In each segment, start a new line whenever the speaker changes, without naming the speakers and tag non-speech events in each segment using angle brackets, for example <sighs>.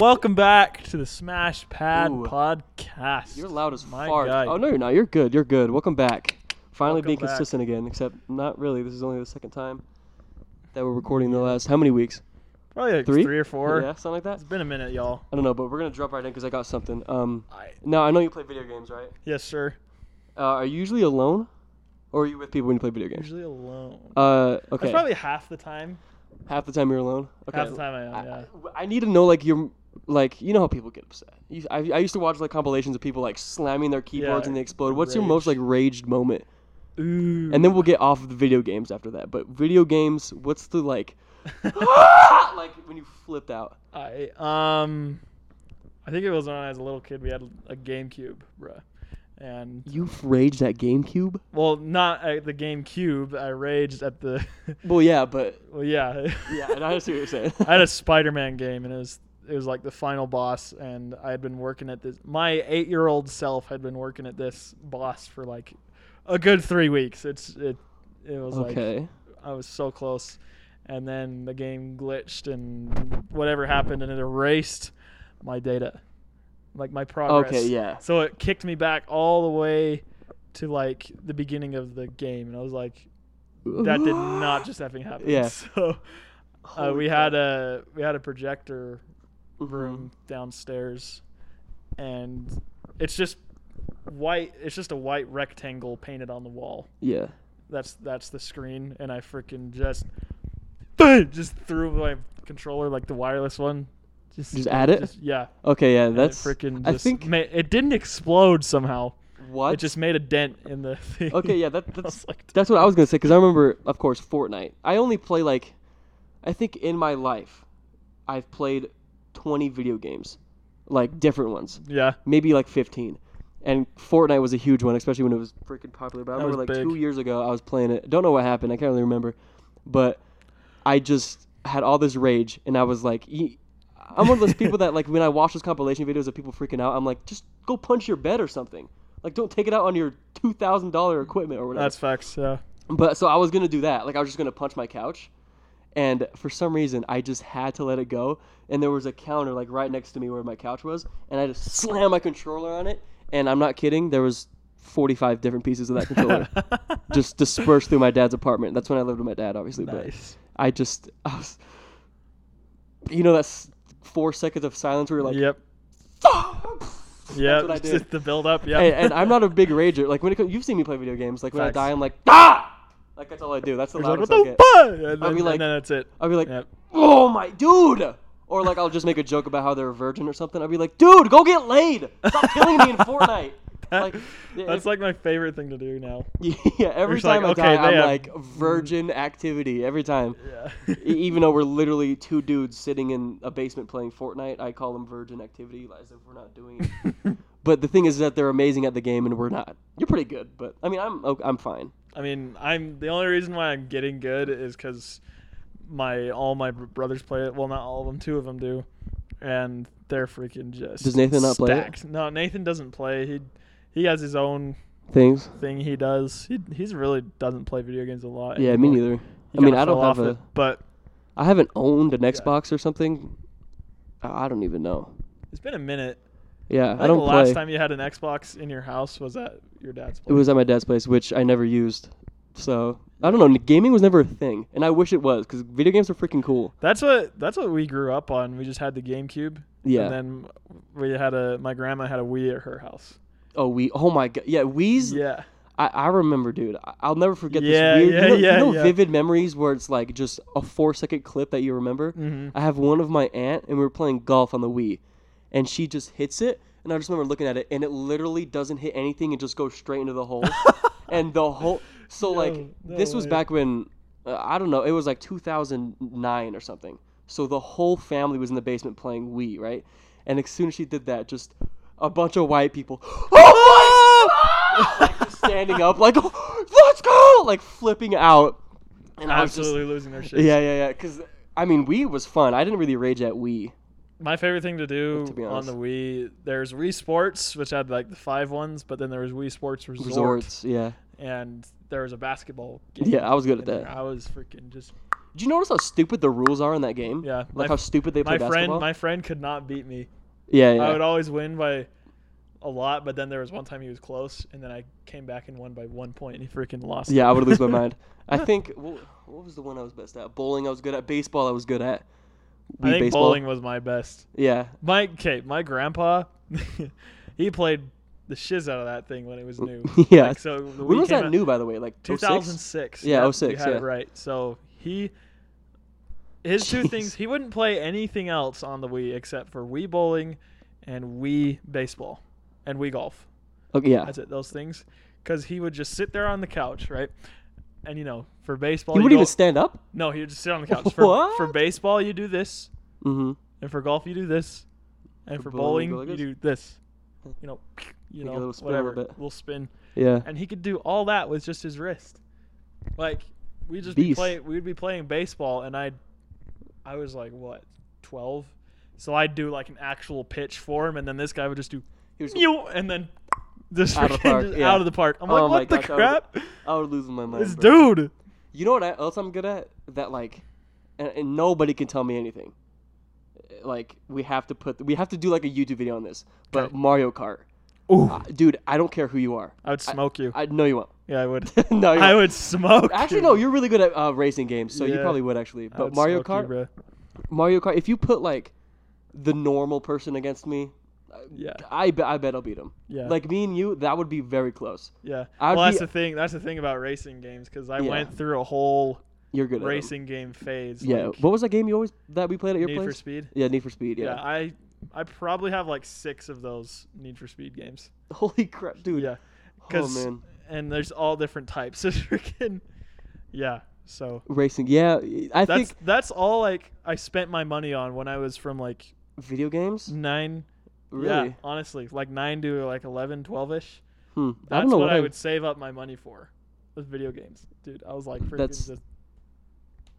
Welcome back to the Smash Pad
Ooh.
podcast.
You're loud as
My
fart.
guy.
Oh no, you're not. You're good. You're good. Welcome back. Finally
Welcome
being
back.
consistent again, except not really. This is only the second time that we're recording the last how many weeks?
Probably like
Three?
three, or four.
Yeah, something like that.
It's been a minute, y'all.
I don't know, but we're gonna drop right in because I got something. Um,
I,
now I know you play video games, right?
yes, sir.
Uh, are you usually alone, or are you with people when you play video games?
Usually alone.
Uh, okay.
That's probably half the time.
half the time you're alone. Okay.
Half the time I am.
I,
yeah.
I- I need to know like your like you know how people get upset. You, I, I used to watch like compilations of people like slamming their keyboards and they explode. What's your most like
rage.
raged moment?
Ooh.
And then we'll get off of the video games after that. But video games, what's the
<laughs>
like like when you flipped out?
I um, I think it was when I was a little kid. We had a GameCube, bruh. And
You raged at GameCube?
well, not at the GameCube. I raged at the. <laughs>
Well, yeah, but
well, yeah.
yeah, and I see what you're <laughs> saying.
I had a Spider-Man game, and it was it was like the final boss, and I had been working at this. My eight-year-old self had been working at this boss for like a good three weeks. It's it it was like
okay.
I was so close, and then the game glitched, and whatever happened, and it erased my data, like my progress.
okay, yeah.
So it kicked me back all the way to like the beginning of the game, and I was like, that did not
<gasps>
just effing happen.
Yeah.
<laughs> So uh, we had a we had a projector room downstairs, and it's just white. It's just a white rectangle painted on the wall.
Yeah.
That's that's the screen, and I freaking just <laughs> just threw my controller like the wireless one. Just,
Just add it?
just- yeah.
Okay, yeah,
And it
that's
freaking.
I
just
think
ma- it didn't explode somehow.
what
It just made a dent in the <laughs> thing.
Okay, yeah, that
I <laughs>
that's
was like,
That's what I was gonna say because I remember, of course, Fortnite. I only play like, I think in my life, I've played 20 video games, like different ones,
yeah.
maybe like 15. And Fortnite was a huge one, especially when it was freaking popular. But I
That
remember
was
like
big.
two years ago, I was playing it. Don't know what happened. I can't really remember, but I just had all this rage, and I was like, "Ye- I'm one of
<laughs>
those people that like when I watch those compilation videos of people freaking out, I'm like, just go punch your bed or something. Like, don't take it out on your two thousand dollar equipment or whatever.
That's facts. Yeah.
But so I was gonna do that. Like I was just gonna punch my couch, and for some reason I just had to let it go. And there was a counter like right next to me where my couch was, and I just slammed my controller on it. And I'm not kidding. There was 45 different pieces of
<laughs>
that controller just dispersed through my dad's apartment. That's when I lived with my dad, obviously.
nice.
But I just, I was, you know, that's four seconds of silence where you're
<laughs>
like,
yep.
that's
Yep.
what I
it's
did.
just <laughs> the build up. Yeah.
and, and I'm not a big rager. Like when it comes, you've seen me play video games. Like when
Facts.
I die, I'm like, ah, like that's all I do. That's the
It's like, what
loudest I
the
get.
fuck? And then,
I'll be
and
like-
then that's it.
I'll be like,
Yep.
oh my dude or like i'll just make a joke about how they're a virgin or something i'll be like dude go get laid stop
<laughs>
killing me in fortnite like
That's like my favorite thing to do now.
<laughs> yeah every
It's like,
time i
okay,
die i'm
they have-
like virgin activity every time
Yeah.
E- even though
<laughs>
we're literally two dudes sitting in a basement playing fortnite i call them virgin activity as if we're not doing it
<laughs>
but the thing is that they're amazing at the game and we're not you're pretty good but i mean i'm okay, i'm fine
I mean, I'm the only reason why I'm getting good is because my all my br- brothers play it. Well, not all of them. Two of them do, and they're freaking just.
Does Nathan not play it?
stacked. No, Nathan doesn't play. He he has his own
things
thing he does. He he's really doesn't play video games a lot.
yeah
anymore.
me neither
He
i mean
kinda
i don't
fell
have
off
a
it, but
I haven't owned an Xbox or something. I I don't even know.
it's been a minute. I,
Yeah, I,
think
don't
the
play.
last time you had an Xbox in your house was at your dad's
it
place.
was at my dad's place, which I never used. So I don't know. Gaming was never a thing, and I wish it was because video games are freaking cool.
That's what that's what we grew up on. We just had the GameCube.
Yeah.
And then we had a my grandma had a Wii at her house.
oh, we. Oh my god. Yeah, Wii's.
Yeah.
I, I remember, dude. I, I'll never forget
Yeah,
this weird.
yeah,
you know, you
yeah,
know
yeah.
vivid memories where it's like just a four second clip that you remember.
Mm-hmm.
I have one of my aunt, and we were playing golf on the Wii, and she just hits it, and I just remember looking at it, and it literally doesn't hit anything; it just goes straight into the
<laughs>
hole, and the whole. So like
no
this was
way.
back when uh, I don't know, it was like 2009 or something. So the whole family was in the basement playing Wii, right? And as soon as she did that, just a bunch of white people. <gasps>
<laughs>
Oh my! like, just standing up, like <gasps> let's go, like flipping out, and I was just
Absolutely losing their shit.
yeah, yeah, yeah. Because I mean, Wii was fun. I didn't really rage at Wii.
My favorite thing to do
To be
on
honest.
the Wii, there's Wii Sports, which had like the five ones, but then there was Wii Sports Resort,
Resorts, yeah,
and there was a basketball game.
yeah. I was good
in
at
there.
that.
I was freaking just
Do you notice how stupid the rules are in that game?
Yeah,
Like
my
how stupid they play
my friend
basketball.
my friend could not beat me.
yeah, yeah.
I would always win by a lot, but then there was one time he was close, and then I came back and won by one point, and he freaking lost.
Yeah, I
<laughs>
would lose my mind. I think what, what was the one I was best at? Bowling, I was good at. Baseball, I was good at.
I
Wii
think
baseball.
bowling was my best.
Yeah. <laughs>
My okay, my grandpa, <laughs> he played the shiz out of that thing when it was new.
<laughs> Yeah.
Like, so the
when
Wii
was
came
that
out-
new, by the way? Like 06?
2006.
Yeah,
Yep,
06,
You had
yeah.
it right. So he, his two
<laughs> Jeez.
things, he wouldn't play anything else on the Wii except for Wii bowling, and Wii baseball, and Wii golf.
Okay, yeah.
That's it. Those things, because he would just sit there on the couch, right? And you know, for baseball,
He
you
wouldn't
go-
even stand up.
no, he would just sit on the
<laughs>
couch. For, for
What?
baseball, you do this,
Mm-hmm.
and for golf, you do this, and
For
for
bowling,
bowling,
you go like
you
this?
do
<laughs>
this. You know, you
Make a
know,
little spin a little
whatever,
bit.
little spin,
Yeah.
and he could do all that with just his wrist. Like we just be
Beast.
play, we'd be playing baseball, and I, I was like what, twelve. So I'd do like an actual pitch for him, and then this guy would just do
He was-
meow, and then just
Out of
<laughs>
the
freaking
park,
just
yeah.
out of the park. I'm
Oh
like,
my
what the
gosh, I was-
crap?
I would lose my mind.
This
bro.
dude.
You know what I- else I'm good at? That like, and, and nobody can tell me anything. Like we have to put, we have to do like a YouTube video on this. But
Okay.
Mario Kart,
Ooh,
Uh, dude, I don't care who you are.
I would smoke you.
I know you won't. <laughs>
yeah, I would.
no, you
I <laughs>
won't.
would smoke.
Actually,
you.
no. You're really good at uh, racing games, so you
Yeah.
probably would actually.
I
But
would
Mario
smoke you,
Kart,
bro.
Mario Kart. If you put like the normal person against me, I-
Yeah.
I bet I bet I'll beat him.
Yeah.
Like me and you, that would be very close.
Yeah.
I'd
well, that's
be-
the thing. That's the thing about racing games because I
Yeah.
went through a whole
You're good at
racing game phase.
them. Yeah.
like
what was that game you always that we played at your
Need
place?
for Speed.
Yeah, Need for Speed.
Yeah.
Yeah.
I I probably have like six of those Need for Speed games.
<laughs> Holy crap, dude.
Yeah.
Oh
'Cause
man,
and there's all different types <laughs> of freaking. Yeah. So
racing. Yeah, I
that's
think
that's all like I spent my money on when I was from like
video
Mm-hmm.
games.
nine
Really?
Yeah, honestly, like 9 to like 11, 12 ish.
Hmm. I
That's
don't know
what,
what
I
I-
would save up my money for. Was video games. Dude, I was like, freaking
That's-
just,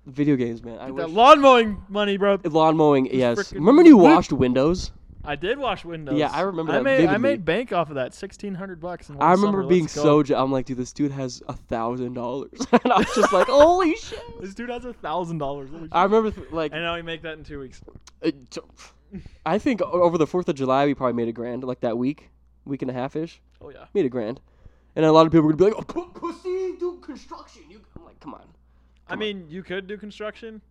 Video games, man. I
that
wish.
lawn mowing money, bro.
Lawn mowing. Yes.
frickin' <laughs>
Remember when you
loop.
washed windows?
I did watch Windows.
Yeah, I remember
I
that
made I
vividly.
made bank off of that, sixteen hundred bucks. In one
I remember
summer.
being
Let's go.
so. Je- I'm like, dude, this dude has a thousand dollars, <laughs> and I was just
<laughs>
like, holy shit.
This dude has a thousand dollars. Holy
I
shit.
remember th- like,
And now we make that in two weeks.
it- t- I think o- over the Fourth of July we probably made a grand, like that week, week and a half ish,
Oh yeah.
made a grand, and a lot of people were gonna be like, oh, p- pussy, do construction. You, I'm like, come on.
I mean, you could do construction,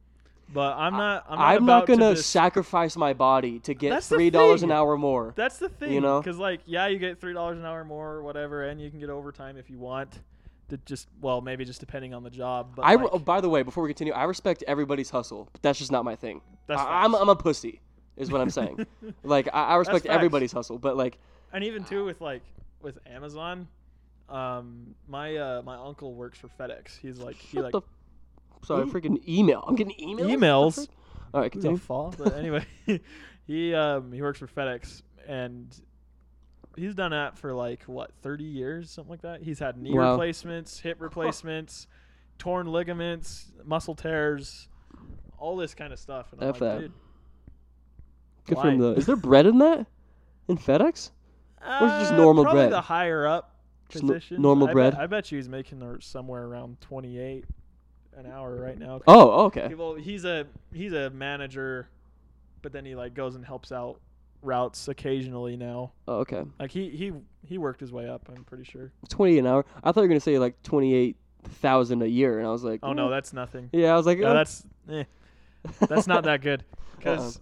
but I'm not. I'm not,
I'm not
about to
gonna
just-
sacrifice my body to get
That's the
three dollars an
thing.
hour more.
That's the thing,
know?
because like, yeah, you get three dollars an hour more or whatever, and you can get overtime if you want. To just well, maybe just depending on the job. But
I re-
like,
oh, by the way, before we continue, I respect everybody's hustle, but that's just not my thing.
That's
I, I'm
facts.
I'm a pussy, is what
<laughs>
I'm saying. like I, I respect
facts.
everybody's hustle, but like
and even too with like with Amazon, um, my uh, my uncle works for FedEx. He's like he like
shut the sorry, freaking email. I'm getting emails. What the
Emails?
frick? All right,
Who the
continue.
fuck? But anyway, <laughs> he um he works for FedEx and he's done that for like what thirty years, something like that. He's had knee
Wow.
replacements,
<laughs>
hip replacements, torn ligaments, muscle tears, all this kind of stuff. And I'm like,
F that.
dude,
Good for him
why?
though. Is there bread in that? In FedEx? Or is it just
uh,
normal
probably
bread?
the higher up
Just n-
positions.
normal
I bet-
bread?
I bet you he's making the- somewhere around twenty eight an hour right now.
Oh, okay.
He- well, he's a he's a manager, but then he like goes and helps out routes occasionally now.
Oh, okay.
Like he he he worked his way up. I'm pretty sure.
Twenty an hour. I thought you were gonna say like twenty eight thousand a year, and I was like,
Oh no,
"Mm."
that's nothing.
Yeah, I was like,
No,
"Oh."
that's eh, that's not that
<laughs>
good. Because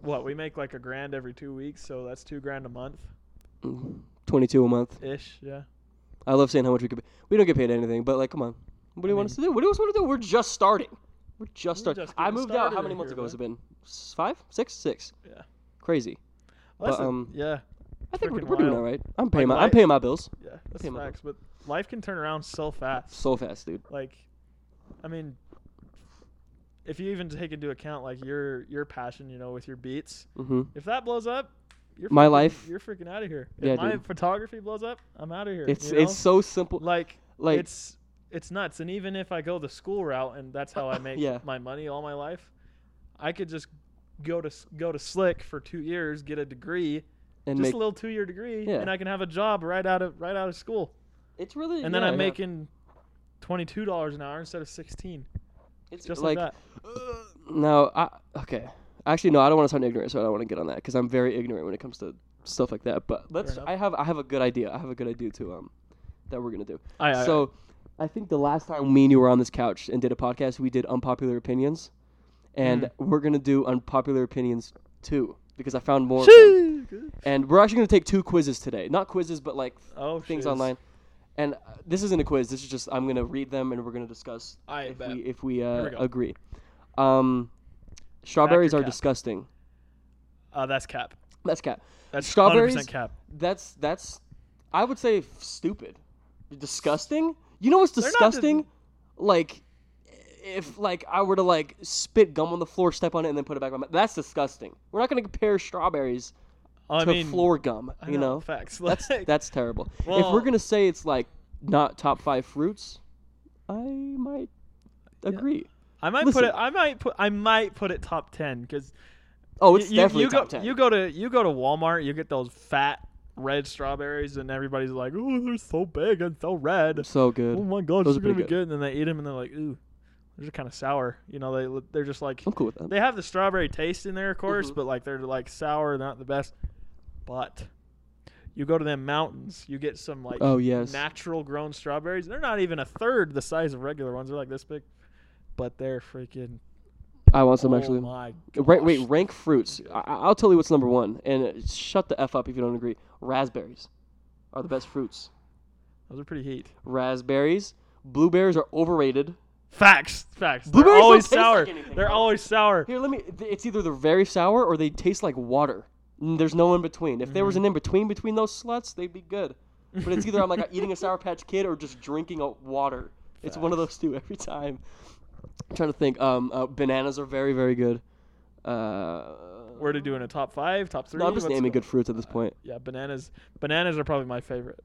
what we make like a grand every two weeks, so that's two grand a month
<laughs> twenty two a month.
ish. Yeah.
I love saying how much we could. Pay. We don't get paid anything, but like, come on. What do you want us to do? What do you want us to do? We're just starting. We're just
We're
starting.
just
I
getting
moved out. How
started
many
in
months
here,
ago has it been? S- Five, six, six.
Yeah.
Crazy.
Well, that's
But,
the-
um,
yeah.
I think we're,
Freaking
we're doing
wild.
all right. I'm paying
Like,
my I'm
li-
paying my bills
Yeah. That's
Okay, my bad.
facts. But life can turn around so fast.
so fast, dude.
Like, I mean, if you even take into account like your your passion, you know, with your beats,
hmm
if that blows up. You're
My
freaking-
life-
You're freaking out of here.
Yeah,
if my
dude.
photography blows up, I'm out of here.
It's
you know?
it's so simple.
like
Like
it's it's nuts. And even if I go the school route and that's
<laughs>
how I make
Yeah.
my money all my life, I could just go to s- go to Slick for two years, get a degree,
and
just
make,
a little two year degree,
Yeah.
and I can have a job right out of right out of school.
it's really
And then
yeah,
I'm
yeah.
making twenty two dollars an hour instead of sixteen.
It's
Just
like,
like
no, I okay. Actually, no, I don't want to sound ignorant, so I don't want to get on that because I'm very ignorant when it comes to stuff like that. But let's.
enough.
I have I have a good idea. I have a good idea to um that we're gonna do.
I, I,
<laughs> so I think the last time me and you were on this couch and did a podcast, we did unpopular opinions, and we're gonna do unpopular opinions too because I found more. of them.
Sheesh.
And we're actually gonna take two quizzes today. Not quizzes, but like
oh,
things
shiz.
online. And uh, this isn't a quiz. This is just I'm gonna read them and we're gonna discuss
I
if
bet.
we if we,
we
uh,
go.
agree. Um, strawberries
your
are
cap.
disgusting.
Uh, that's cap.
That's cat.
That's
Strawberries?
100% cap.
That's that's. I would say f- stupid. Disgusting. You know what's
not
disgusting? Like, if like I were to like spit gum on the floor, step on it, and then put it back on. My, that's disgusting. We're not gonna compare strawberries
I
to
mean,
floor gum.
I
You know,
facts. <laughs>
that's
Like,
that's terrible. if
Well-
we're gonna say it's like not top five fruits, I might agree.
I might
listen.
put it. I might put. I might put it top ten because
Oh, it's
you,
definitely
you go,
top ten.
You go to you go to Walmart. You get those fat red strawberries, and everybody's like, "Oh, they're so big and so red."
so good.
Oh my gosh, those
Those are
are gonna be
pretty
good. And then they eat them, and they're like, "Ooh, they're just kind of sour." You know, they they're just like
I'm cool with that.
they have the strawberry taste in there, of course,
Mhm.
but like they're like sour, not the best. But you go to them mountains, you get some like
Oh, yes.
natural grown strawberries. They're not even a third the size of regular ones. They're like this big, but they're freaking.
I want some
oh
actually.
my
Ra- wait,
gosh.
rank fruits. I- I- I'll tell you what's number one, and uh, shut the f up if you don't agree. Raspberries are the best fruits.
those are pretty heat.
Raspberries, blueberries are overrated.
Facts, facts. They're
Blueberries don't
always
taste like
sour.
anything,
They're
bro.
always sour.
Here, let me. th- It's either they're very sour or they taste like water. Mm, There's no in between. If there was an
Mm-hmm.
in between between those sluts, they'd be good. But it's either I'm like eating a Sour Patch Kid or just drinking a water. It's one of those two every time. I'm trying to think. Um, uh, bananas are very very good. Uh,
We're to do in a top five, top three.
no, I'm just
What's
naming
going-
good fruits at this point.
Yeah, bananas. Bananas are probably my favorite.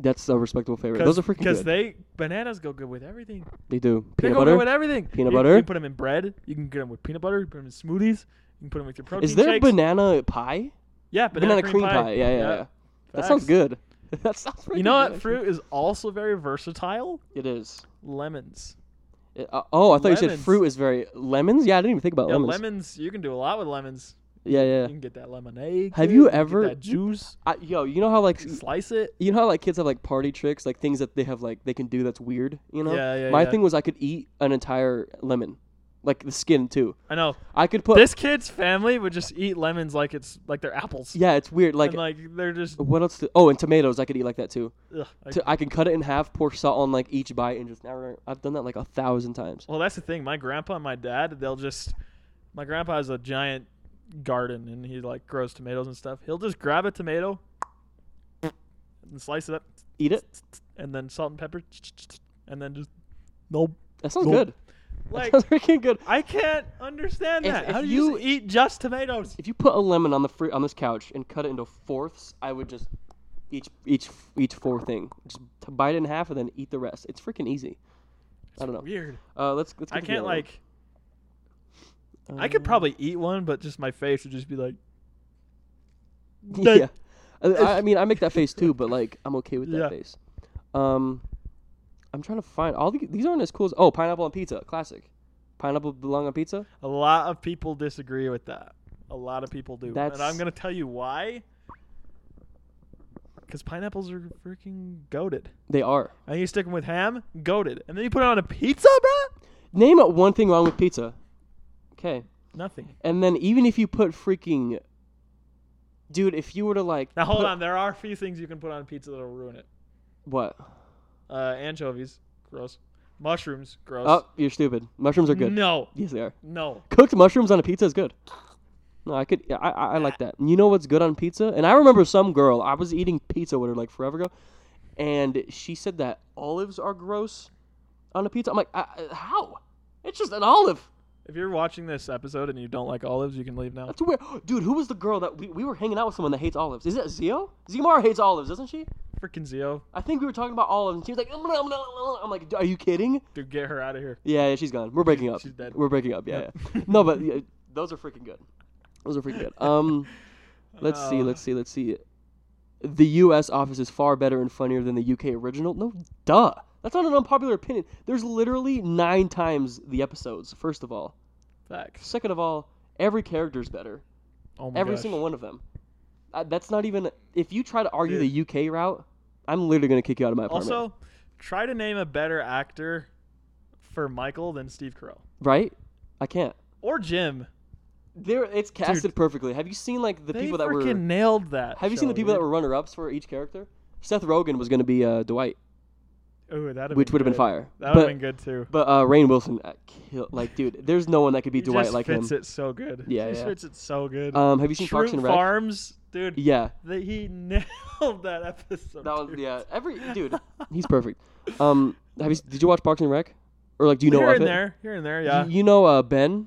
That's a respectable favorite. Those are freaking
because
good. They,
they bananas go good with everything. They
do peanut
go good with
butter.
everything.
Peanut
You- You
butter.
can put them in bread. You can get them with peanut butter. You can put them in smoothies. You can put them with your protein
Is there
shakes.
banana pie?
yeah,
Banana, cream, pie. Yeah, yeah, yeah. That sounds
Facts.
good. <laughs> that sounds pretty
You know
good,
what?
actually.
Fruit is also very versatile.
It is.
Lemons.
It- uh, oh, I thought you said
Lemons.
fruit is very lemons. Yeah, I didn't even think about
Yeah,
lemons.
lemons. You can do a lot with lemons.
Yeah, yeah.
You can get that lemonade.
Have
good,
you
can get
ever-
that juice?
I, yo, you know how like s-
Slice it.
you know how like kids have like party tricks, like things that they have like they can do that's weird. You know.
Yeah, yeah,
My
yeah.
thing was I could eat an entire lemon, like the skin too.
I know.
I could <laughs> put.
this kid's family would just eat lemons like it's like they're apples.
yeah, it's weird. Like,
and like they're just
what else? Do, oh, and tomatoes. I could eat like that too.
ugh, like-
to, I can cut it in half, pour salt on like each bite, and just now I've done that like a thousand times.
Well, that's the thing. My grandpa and my dad, they'll just. My grandpa has a giant garden, and he like grows tomatoes and stuff. He'll just grab a tomato and slice it up,
Eat it.
and then salt and pepper, and then just nope.
That sounds
Nope.
good. <laughs>
Like
That sounds freaking good.
I can't understand
If-
that.
if
How do
you-
you just eat just tomatoes?
If you put a lemon on the fruit on this couch and cut it into fourths, I would just each each each four thing, just t- bite it in half and then eat the rest. It's freaking easy. I don't know.
Weird.
Uh, let's let's. Um,
I
get to the
can't
other one.
like. I could probably eat one, but just my face would just be like, that-
<laughs>
<laughs>
yeah. I, I mean, I make that face too, but like I'm okay with that
Yeah.
face. Um, I'm trying to find all the, these aren't as cool as oh pineapple on pizza classic. Pineapple belong on pizza.
A lot of people disagree with that. A lot of people do.
That's-
And I'm going to tell you why. Because pineapples are freaking goaded.
They are.
And you stick them with ham, goaded. And then you put it on a pizza, bruh?
Name one thing wrong with pizza. Okay.
Nothing.
And then even if you put freaking dude, if you were to like
Now,
put-
hold on. There are a few things you can put on pizza that'll ruin it.
What?
Uh, anchovies, gross. Mushrooms, gross.
Oh, you're stupid. Mushrooms are good.
No,
Yes, they are.
no.
Cooked mushrooms on a pizza is good. No, I could. yeah, I, I I like that. You know what's good on pizza? And I remember some girl. I was eating pizza with her like forever ago, and she said that olives are gross on a pizza. I'm like, I, I- how? It's just an olive.
If you're watching this episode and you don't like olives, you can leave now.
That's weird, dude. Who was the girl that we, we were hanging out with? Someone that hates olives. Is that Zio? Zimar hates olives, doesn't she?
Freaking Zio.
I think we were talking about olives, and she was like, I'm like, are you kidding?
Dude, get her out of here.
Yeah, yeah, she's gone. We're breaking up.
she's dead.
We're breaking up. Yeah, yeah. no, but yeah, those are freaking good. Those are freaking good.
<laughs>
Um, let's see,
Uh.
let's see, let's see. The U.S. office is far better and funnier than the U.K. original. No, duh. That's not an unpopular opinion. There's literally nine times the episodes. First of all,
Facts.
second of all, every character's better.
Oh my
every
gosh.
single one of them. Uh, that's not even. If you try to argue
Dude.
the UK route, I'm literally gonna kick you out of my apartment.
Also, try to name a better actor for Michael than Steve Carell
right? I can't.
or Jim.
There, it's casted perfectly. Have you seen like the
they
people that
freaking
were?
nailed that.
Have you seen the people that were runner ups for each character? Seth Rogen was gonna be uh, Dwight,
that were? Ooh, that'd
which would have been
good.
fire.
That would
but
have been good too.
but uh, Rain Wilson, uh, kill, like dude, there's no one that could be
He
Dwight
just
like him.
fits it so good.
Yeah,
he just
yeah.
fits it so good.
Um, have you seen Parks
Shroot
and Rec?
Farms, dude.
Yeah,
That he <laughs> nailed that episode.
that was
dude.
yeah. Every dude, <laughs> he's perfect. Um, have you? Did you watch Parks and Rec? Or like, do you know
here
of
and
it?
there, here and there, yeah.
You, you know uh, Ben,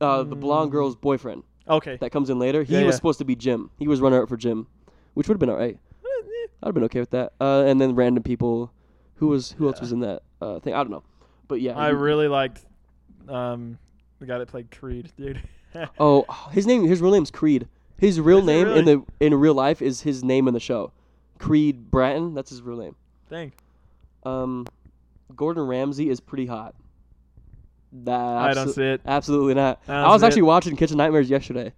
uh, the
Mm.
blonde girl's boyfriend
Okay.
that comes in later. He
Yeah,
was
yeah.
supposed to be Jim. He was runner up for Jim, which would have been all right.
Uh,
I'd have been okay with that. Uh, and then random people, who was who else was in that uh, thing? I don't know, but yeah.
I
he-
really liked um the guy that played Creed, dude. <laughs>
oh, his name. His real name's Creed. His real
Is it
name in
really?
the in real life is his name in the show, Creed Bratton. That's his real name.
Dang.
Um, Gordon Ramsay is pretty hot. That
I don't
abso-
see it.
Absolutely not.
I don't
I was
see it.
actually watching Kitchen Nightmares yesterday.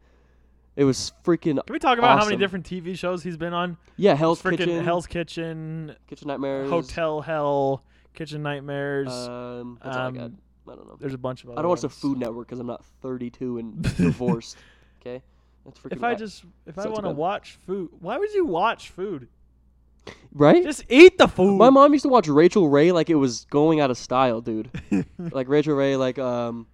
It was freaking
Can we talk about how many
Awesome.
different TV shows he's been on?
yeah. Hell's
Freaking
Kitchen,
Hell's Kitchen,
Kitchen Nightmares,
Hotel Hell, Kitchen Nightmares.
Um, that's all I got.
um,
I don't know.
There's a bunch of other
I don't watch the
ones.
Food Network because I'm not 32 and
<laughs>
divorced. Okay, that's freaking.
If I
bad.
just if
So
I
it's
want to
bad.
watch food, why would you watch food?
right.
Just eat the food.
My mom used to watch Rachel Ray like it was going out of
<laughs>
style, dude. like Rachel Ray, like um,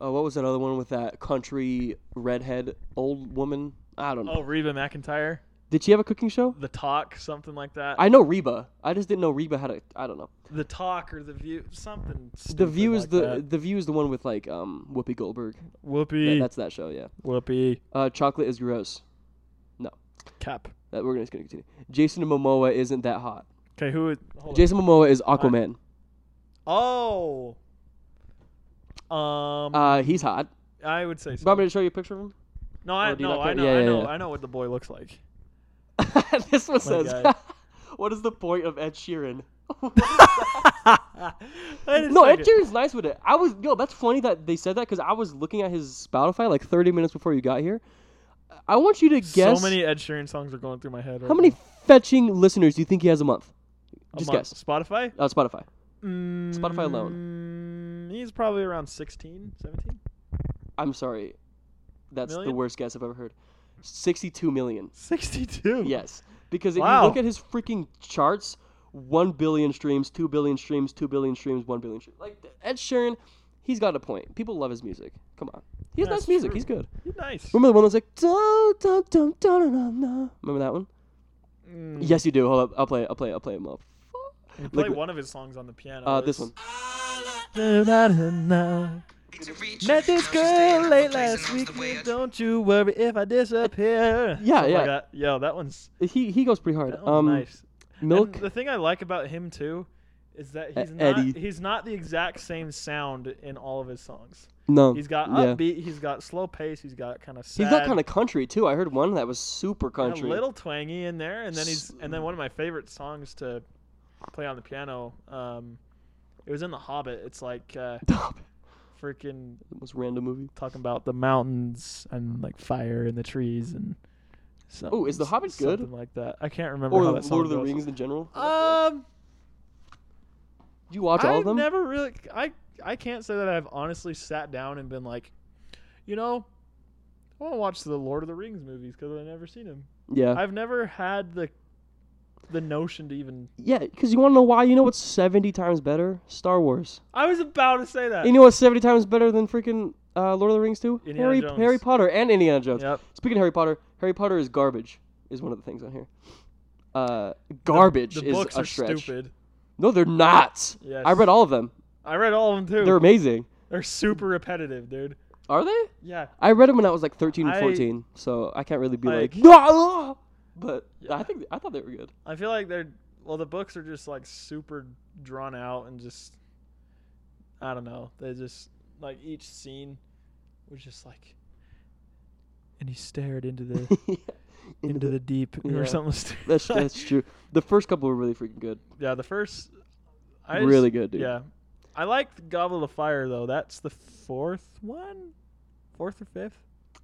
oh, what was that other one with that country redhead old woman? I don't know.
oh, Reba McIntyre,
Did she have a cooking show?
The Talk, something like that.
I know Reba. I just didn't know Reba had a. I don't know.
the Talk or the View, something.
The View is
like
the
that.
the View is the one with like um Whoopi Goldberg. That-
Whoopi.
that's that show, yeah.
Whoopi.
Uh, chocolate is gross.
Cap.
That we're just gonna continue. Jason Momoa isn't that hot.
Okay, who? Is, hold on.
Jason Momoa is Aquaman.
Oh. Um,
Uh, he's hot.
I would say so.
Want me to show you a picture of him? <laughs>
No, I
oh, do you
no,
not
I
care?
know,
Yeah,
I
yeah,
know,
yeah.
I know what the boy looks like. <laughs>
this one
My
says,
guy.
<laughs> "What is the point of Ed Sheeran?"
Wait a
no, Ed
second.
Sheeran's nice with it. I was yo, that's funny that they said that because I was looking at his Spotify like 30 minutes before you got here. I want you to guess
So many Ed Sheeran songs are going through my head. Right
how many
now.
fetching listeners do you think he has a month?
A
Just
month.
guess.
Spotify.
Uh, Spotify.
Spotify
alone.
Mm, He's probably around 16, 17?
I'm sorry, that's the
Million?
worst guess I've ever heard. 62 million.
62.
Yes, because if
Wow.
you look at his freaking charts, one billion streams, two billion streams, two billion streams, one billion streams. Like Ed Sheeran, he's got a point. People love his music. Come on, he has
That's
nice music.
true.
He's good.
He's nice.
Remember the one that was like dun dun dun dun dun dun. Remember that one?
Mm,
Yes, you do. Hold up, I'll play it. I'll play it. I'll play it. Mo.
he played
look-
one of his songs on the piano.
Uh, this
It's-
one.
<laughs> Met this girl late last week. Don't you worry if I disappear.
<laughs> Yeah,
Something
yeah.
Like that. Yo, that one's,
He he goes pretty hard.
that one's
um,
nice. And
milk. E-
the thing I like about him too is that he's not
Eddie.
he's not the exact same sound in all of his songs.
no,
He's got
yeah.
upbeat, he's got slow pace, he's got kind of sad.
He's got kind of country too. I heard one that was super
a
country. <laughs>
little twangy in there, and then he's
S-
and then one of my favorite songs to play on the piano. Um, it was in The Hobbit. It's like uh, freaking
the most random movie.
talking about the mountains and like fire and the trees and. Some,
Oh, is The Hobbit good?
Something like that. I can't remember
Or
how that song
Lord of the
goes.
Rings in general.
Um,
Did you watch
I've
all of them?
never really. I I can't say that I've honestly sat down and been like, you know, I want to watch the Lord of the Rings movies because I've never seen them.
yeah.
I've never had the the notion to even.
Yeah, because you want to know why? You know what's 70 times better? Star Wars.
I was about to say that.
And you know what's 70 times better than freaking uh, Lord of the Rings too?
Uh, Indiana
Harry,
Jones.
Harry Potter and Indiana Jones.
Yep.
Speaking of Harry Potter, Harry Potter is garbage, is one of the things on here. Uh, garbage
The
is
books
a
are
stretch.
stupid.
No, they're not.
Yes.
I read all of them.
I read all of them too.
They're
They're,
amazing.
super repetitive, dude.
Are they?
Yeah.
I read them when I was like 13 and
I-
14, so I can't really be like,
Like-
no. But I think I thought they were good. <laughs>
I feel like they're well, the books are just like super drawn out and just I don't know. They just like each scene was just like and he stared into
<laughs>
the into the deep
yeah.
or something. <laughs>
That's that's true. The first couple were really freaking good.
yeah, the first I just-
really good, dude.
Yeah, I liked Goblet of Fire though. That's the fourth one, fourth or fifth.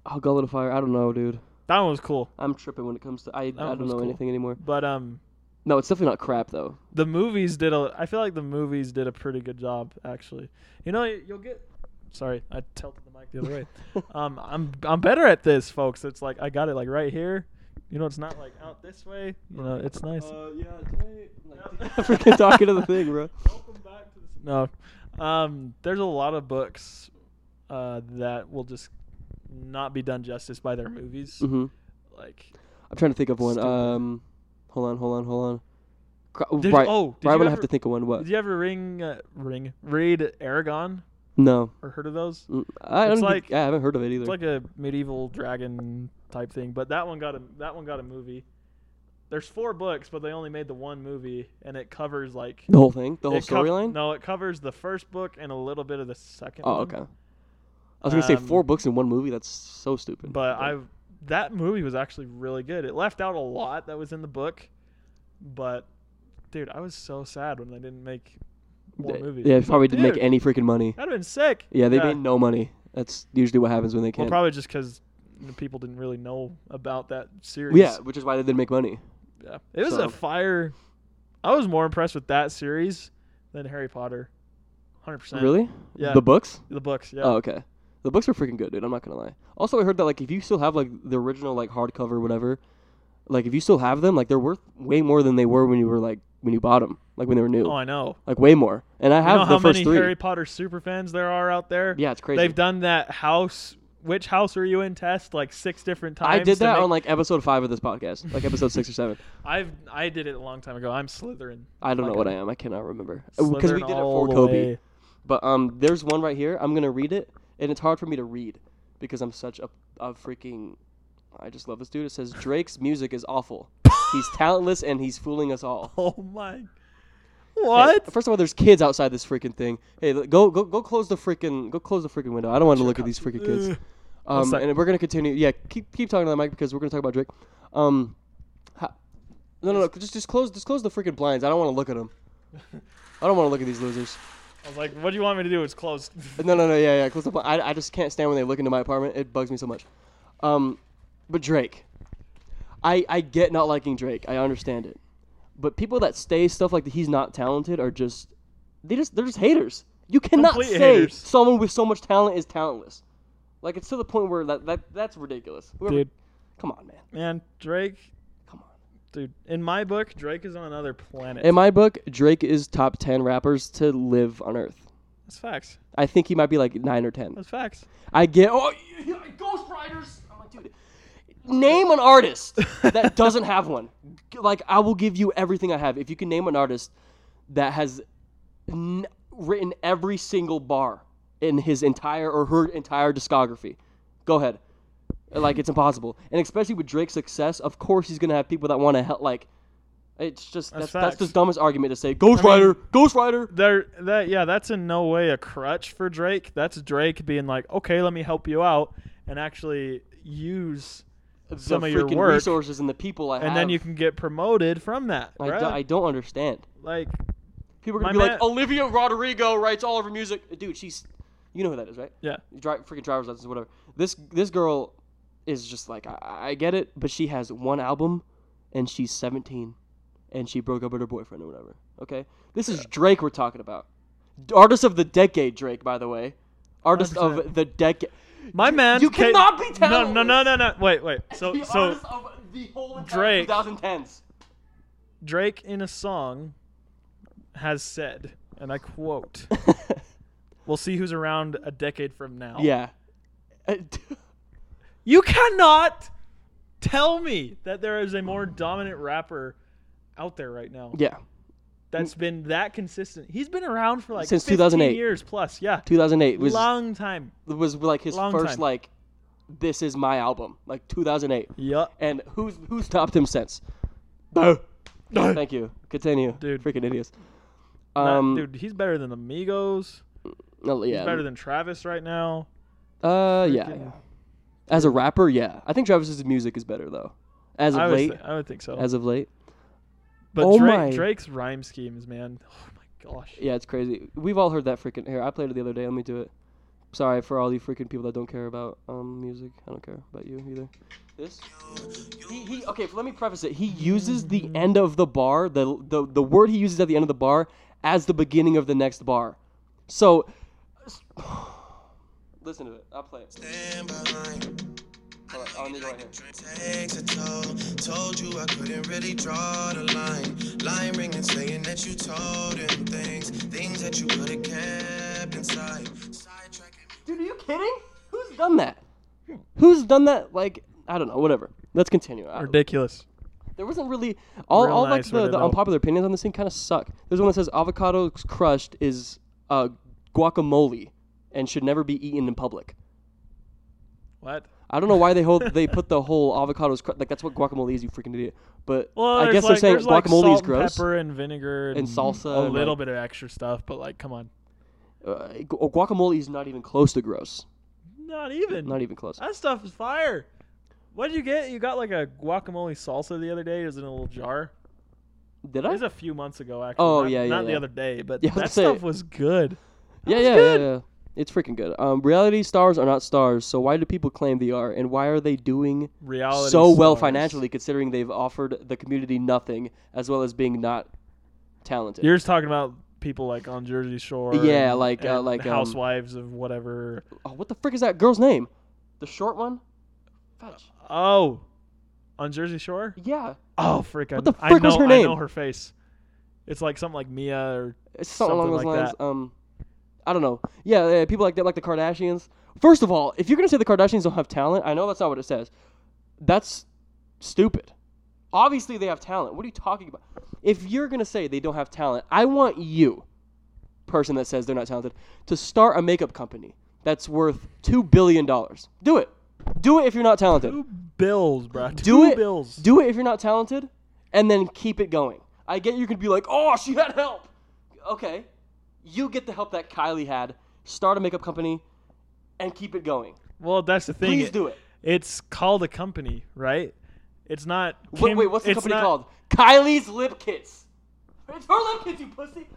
Oh, Goblet of Fire. I don't know, dude.
That one was cool.
I'm tripping when it comes to I. I
one
don't
was
know
cool.
anything anymore.
But um,
No, it's definitely not crap though.
the movies did a. I feel like the movies did a pretty good job actually. You know, you'll get. Sorry, I tilted the mic the other way. <laughs> um, I'm I'm better at this, folks. It's like I got it like right here. You know, it's not like out this way. You know, it's nice.
Uh, yeah, <laughs> freaking talking to the thing, <laughs> bro.
Welcome back to the No, um, there's a lot of books uh, that will just not be done justice by their movies.
hmm
Like,
I'm trying to think of one.
Stupid.
Um, hold on, hold on, hold on. Cra- oh,
Did you-
right,
oh, did
right
you
when I
ever-
have to think of one. What?
did you ever ring uh, ring read Aragon
No,
or heard of those?
Mm, I
It's
don't.
like-
think, I haven't heard of it either.
It's like a medieval dragon type thing, but that one got a that one got a movie. There's four books, but they only made the one movie, and it covers like
the whole thing, the whole
it cov-
storyline.
no, it covers the first book and a little bit of the second.
oh,
one.
okay. I was gonna say
Um,
four books in one movie. That's so stupid.
But I that movie was actually really good. It left out a lot that was in the book, but dude, I was so sad when they didn't make more
They-
movies.
Yeah, it probably didn't
Dude.
make any freaking money.
That'd have been sick.
Yeah, they made no money. That's usually what happens when they
Well,
can't.
probably just because people didn't really know about that series.
yeah, which is why they didn't make money.
Yeah. It was
So-
a fire. I was more impressed with that series than Harry Potter. 100%.
Really?
Yeah.
The books?
The books, yeah.
Oh, okay. The books are freaking good, dude. I'm not gonna lie. Also, I heard that like if you still have like the original like hardcover, whatever, like if you still have them, like they're worth way more than they were when you were like when you bought them, like when they were new,
Oh, I know.
like way more. And I
You
have
know
the
how
first
many
three.
Harry Potter super fans there are out there?
yeah, it's crazy.
They've done that house. Which house are you in? Test like six different
I
times.
did
to
that
make-
on like episode five of this podcast, like episode six or seven.
I've I did it a long time ago. I'm Slytherin. <laughs>
I don't know
Like
what
a-
I am. I cannot remember because Uh, we
Slytherin
did it
all
for
the
Kobe.
way. <laughs>
But um, there's one right here. I'm gonna read it, and it's hard for me to read because I'm such a, a freaking. I just love this dude. It says Drake's music is awful. he's talentless and he's fooling us all.
Oh my!
Hey,
What?
first of all, there's kids outside this freaking thing. Hey, l- go go go close the freaking go close the freaking window. I don't want to look at these freaking kids.
Ugh. One
Um,
sec.
and we're gonna continue. Yeah, keep keep talking to the mic because we're gonna talk about Drake. Um, ha- no no no, just just close just close the freaking blinds. I don't want to
<laughs>
look at them. I don't want to look at these losers.
I was like, what do you want me to do? It's closed.
No, no, no, yeah, yeah. Close the blind. I, I just can't stand when they look into my apartment. It bugs me so much. Um, but Drake, I I get not liking Drake. I understand it. But people that say stuff like that he's not talented are just they just they're just haters. You cannot
Complete
say
haters.
someone with so much talent is talentless. Like it's to the point where that, that that's ridiculous. Whoever-
Dude,
come on, man.
man, Drake,
Come on.
dude. In my book, Drake is on another planet.
In my book, Drake is top ten rappers to live on Earth.
That's facts.
I think he might be like nine or ten.
That's facts.
I get oh yeah, Ghost Riders. I'm like, dude, name an artist
<laughs>
that doesn't have one. Like, I will give you everything I have if you can name an artist that has n- written every single bar in his entire or her entire discography. Go ahead. Like it's impossible, and especially with Drake's success, of course he's gonna have people that want to help. Like, it's just that's,
That's
that's the
facts.
dumbest argument to say. Ghost Rider, Ghost Rider.
There, that yeah, that's in no way a crutch for Drake. That's Drake being like, okay, let me help you out and actually use, some
the
of your
freaking
work,
resources and the people I have.
and then you can get promoted from that.
I,
Right?
do, I don't understand.
like,
People are
My
gonna be
man-
like, Olivia Rodrigo writes all of her music. Dude, she's, you know who that is, right?
yeah,
Dri- freaking driver's license, whatever. This this girl is just like, I, I get it, but she has one album, and she's 17, and she broke up with her boyfriend or whatever. Okay, this is Drake we're talking about, artist of the decade, Drake, by the way, artist of
100%.
the decade.
my man.
you
Kate-
cannot be
No, no, no,
talentless.
no, no. Wait,
<laughs>
wait. So,
the
so
artist of the whole entire
Drake- <laughs>
2010s.
Drake in a song has said, and I
<laughs>
quote, "We'll see who's around a decade from now."
yeah. Uh,
You cannot tell me that there is a more dominant rapper out there right now
<laughs> yeah.
that's been that consistent. He's been around for like
Since
15
2008.
years plus. Yeah.
2008 was
Long time.
was like his
Long
first
time.
like this is my album like 2008
Yup.
and who's who's topped him since Boo. thank you continue
Dude.
freaking idiots
Not-
um
dude, he's better than Amigos.
no, yeah
Better than Travis right now.
uh yeah,
freaking-
yeah. as a rapper yeah i think travis's music is better though as of
I would,
late
thi- I would think so.
as of late
but
oh
Drake,
my-
Drake's rhyme schemes, man. Oh my gosh.
Yeah, it's crazy. We've all heard that freaking. Here, I played it the other day. Let me do it. Sorry for all you freaking people that don't care about um music. I don't care about you either. This. He, he, okay, let me preface it. He uses the end of the bar, the, the the word he uses at the end of the bar, as the beginning of the next bar. So, <sighs> listen to it. I'll play it.
stand behind.
Hold on, I'll need it right here.
Takes a toll. Told you I couldn't really draw the line. Line ringing, saying that you told him things, things that you could have kept inside. Sidetracking.
Dude, are you kidding? Who's done that? Who's done that? Like, I don't know. Whatever. Let's continue. I-
Ridiculous.
There wasn't really all,
Real
all
nice
like
way
the,
to
the
know.
unpopular opinions on this thing kind of suck. There's one that says avocado crushed is uh, guacamole and should never be eaten in public.
What?
I don't know
<laughs>
why they hold they put the whole avocados cru- like that's what guacamole is, you freaking idiot. But
Well,
I
there's
guess
like,
they're
there's
saying
like
guacamole
salt
is gross.
and pepper and vinegar and,
salsa
a
and,
little
like-
bit of extra stuff, but like, come on,
Uh, gu- guacamole is not even close to gross.
not even.
Not even close.
That stuff is fire. What did you get? You got like a guacamole salsa the other day. It was in a little jar.
Did
It
I?
was a few months ago, actually.
Oh,
not,
yeah, yeah,
Not the
yeah.
other day, but
Yeah, I
that
was gonna say-
stuff was good.
Yeah,
was
yeah,
good.
yeah, yeah. It's freaking good. Um, reality stars are not stars, so why do people claim they are, and why are they doing
Reality.
so well
stars.
financially considering they've offered the community nothing as well as being not talented.
You're just talking about people like on Jersey Shore.
Yeah,
and-
like, uh,
and
like, um,
housewives of whatever.
oh, what the frick is that girl's name? The short one? Fetch.
Oh, on Jersey Shore.
Yeah.
Oh, frick! I,
What the
I
frick
know,
was her
I know
name?
her face. It's like something like Mia or
It's something, along those
Something like
lines. Um I don't know. Yeah, yeah, people like that like the Kardashians. First of all, if you're going to say the Kardashians don't have talent, I know that's not what it says. That's stupid. Obviously they have talent. What are you talking about? If you're going to say they don't have talent, I want you person that says they're not talented to start a makeup company that's worth 2 billion dollars. Do it. Do it if you're not talented.
two bills, bro. Two
do it.
bills.
Do it if you're not talented, and then keep it going. I get you could be like, oh, she had help. Okay, you get the help that Kylie had. Start a makeup company, and keep it going.
well, that's the thing.
Please do it.
It's called a company, right? It's not.
Wait,
Kim-
wait, what's the
it's
company
not-
called? Kylie's Lip Kits. It's her lip kits, you pussy.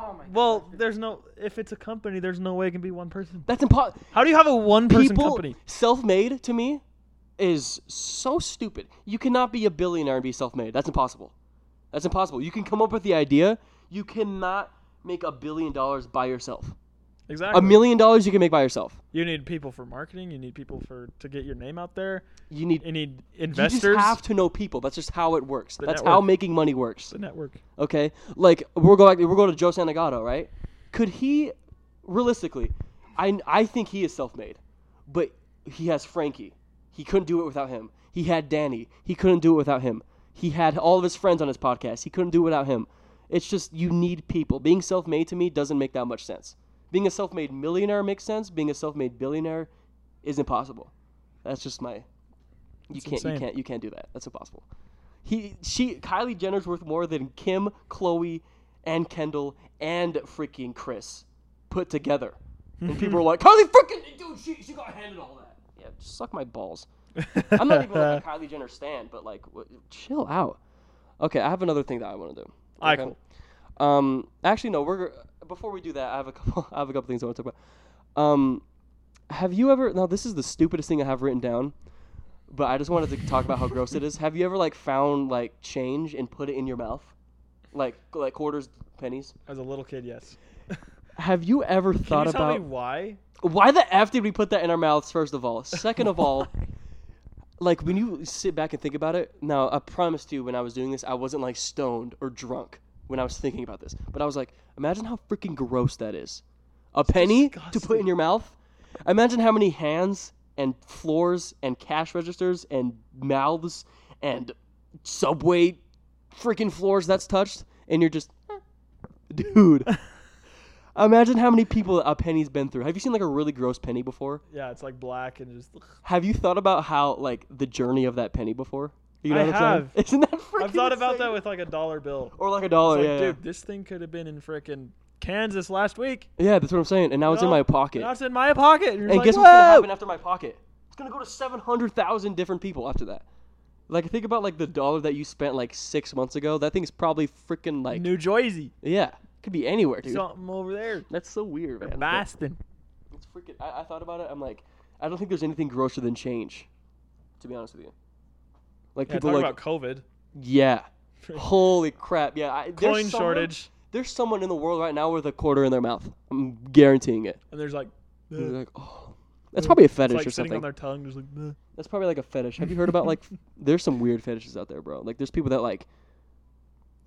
Oh my.
Well, there's no. If it's a company, there's no way it can be one person.
That's impossible.
How do you have a one-person
people
company?
self-made to me is so stupid. You cannot be a billionaire and be self-made. That's impossible. That's impossible. You can come up with the idea. You cannot make a billion dollars by yourself.
Exactly.
A million dollars you can make by yourself.
You need people for marketing. You need people for to get your name out there.
You need
You need
You
investors.
just have to know people. That's just how it works. That's
network.
how making money works.
the network.
Okay, like we're going we're going to Joe Sanagato, right? Could he, realistically, I I think he is self-made, but he has Frankie. He couldn't do it without him. He had Danny. He couldn't do it without him. He had all of his friends on his podcast. He couldn't do it without him. It's just you need people. Being self-made to me doesn't make that much sense. Being a self-made millionaire makes sense. Being a self-made billionaire is impossible. That's just my. You can't.
insane.
You can't. You can't do that. That's impossible. He, she, Kylie Jenner's worth more than Kim, Chloe, and Kendall and freaking Chris put together. And people are like, Kylie freaking dude, she she got handed all that. Yeah, just suck my balls. I'm not even like a <laughs> Kylie Jenner stand, but like, w- chill out. Okay, I have another thing that I want to do.
All right,
Okay? Um, actually, no. We're before we do that, I have a couple. <laughs> I have a couple things I want to talk about. Um, have you ever? Now, this is the stupidest thing I have written down, but I just wanted to talk about how gross it is. <laughs> Have you ever like found like change and put it in your mouth, like like quarters, pennies?
As a little kid, yes.
Have you ever
Can
thought
you tell
about
me why?
why the f did we put that in our mouths? First of all, second of all. Like when you sit back and think about it, now I promised you when I was doing this, I wasn't like stoned or drunk when I was thinking about this. But I was like, imagine how freaking gross that is. A penny to put in your mouth? Imagine how many hands and floors and cash registers and mouths and subway freaking floors that's touched and you're just <laughs> dude. Imagine how many people a penny's been through. Have you seen like a really gross penny before?
Yeah, it's like black and just.
Have you thought about how like the journey of that penny before? You
I
what I'm saying?
have.
<laughs> Isn't that freaking?
I've thought about
insane?
that with like a dollar bill.
Or like a dollar,
It's like,
Oh, yeah,
dude, this thing could have been in frickin' Kansas last week.
yeah. Yeah, that's what I'm saying. And now it's in
No,
my pocket.
Now it's in my pocket. And, you're
and
like,
guess what's gonna
"Whoa!"
happen after my pocket? It's gonna go to seven hundred thousand different people after that. Like think about like the dollar that you spent like six months ago. That thing's probably freaking like
New Jersey.
yeah. Could be anywhere, dude.
Something over there.
That's so weird, man. But
Boston.
It's freaking. I, I thought about it. I'm like, I don't think there's anything grosser than change. To be honest with you, like
Yeah,
people
talk
like,
about COVID. <laughs>
yeah, holy crap, yeah. I, there's
Coin
someone-
shortage.
There's someone in the world right now with a quarter in their mouth. I'm guaranteeing it.
And there's like,
They're
"Ugh."
like, oh, that's probably
Uh,
a
it's
fetish
like
or
sitting
something.
on their tongue, just like, "Ugh."
That's probably like a fetish. Have you heard about like there's some weird fetishes out there, bro? Like there's people that like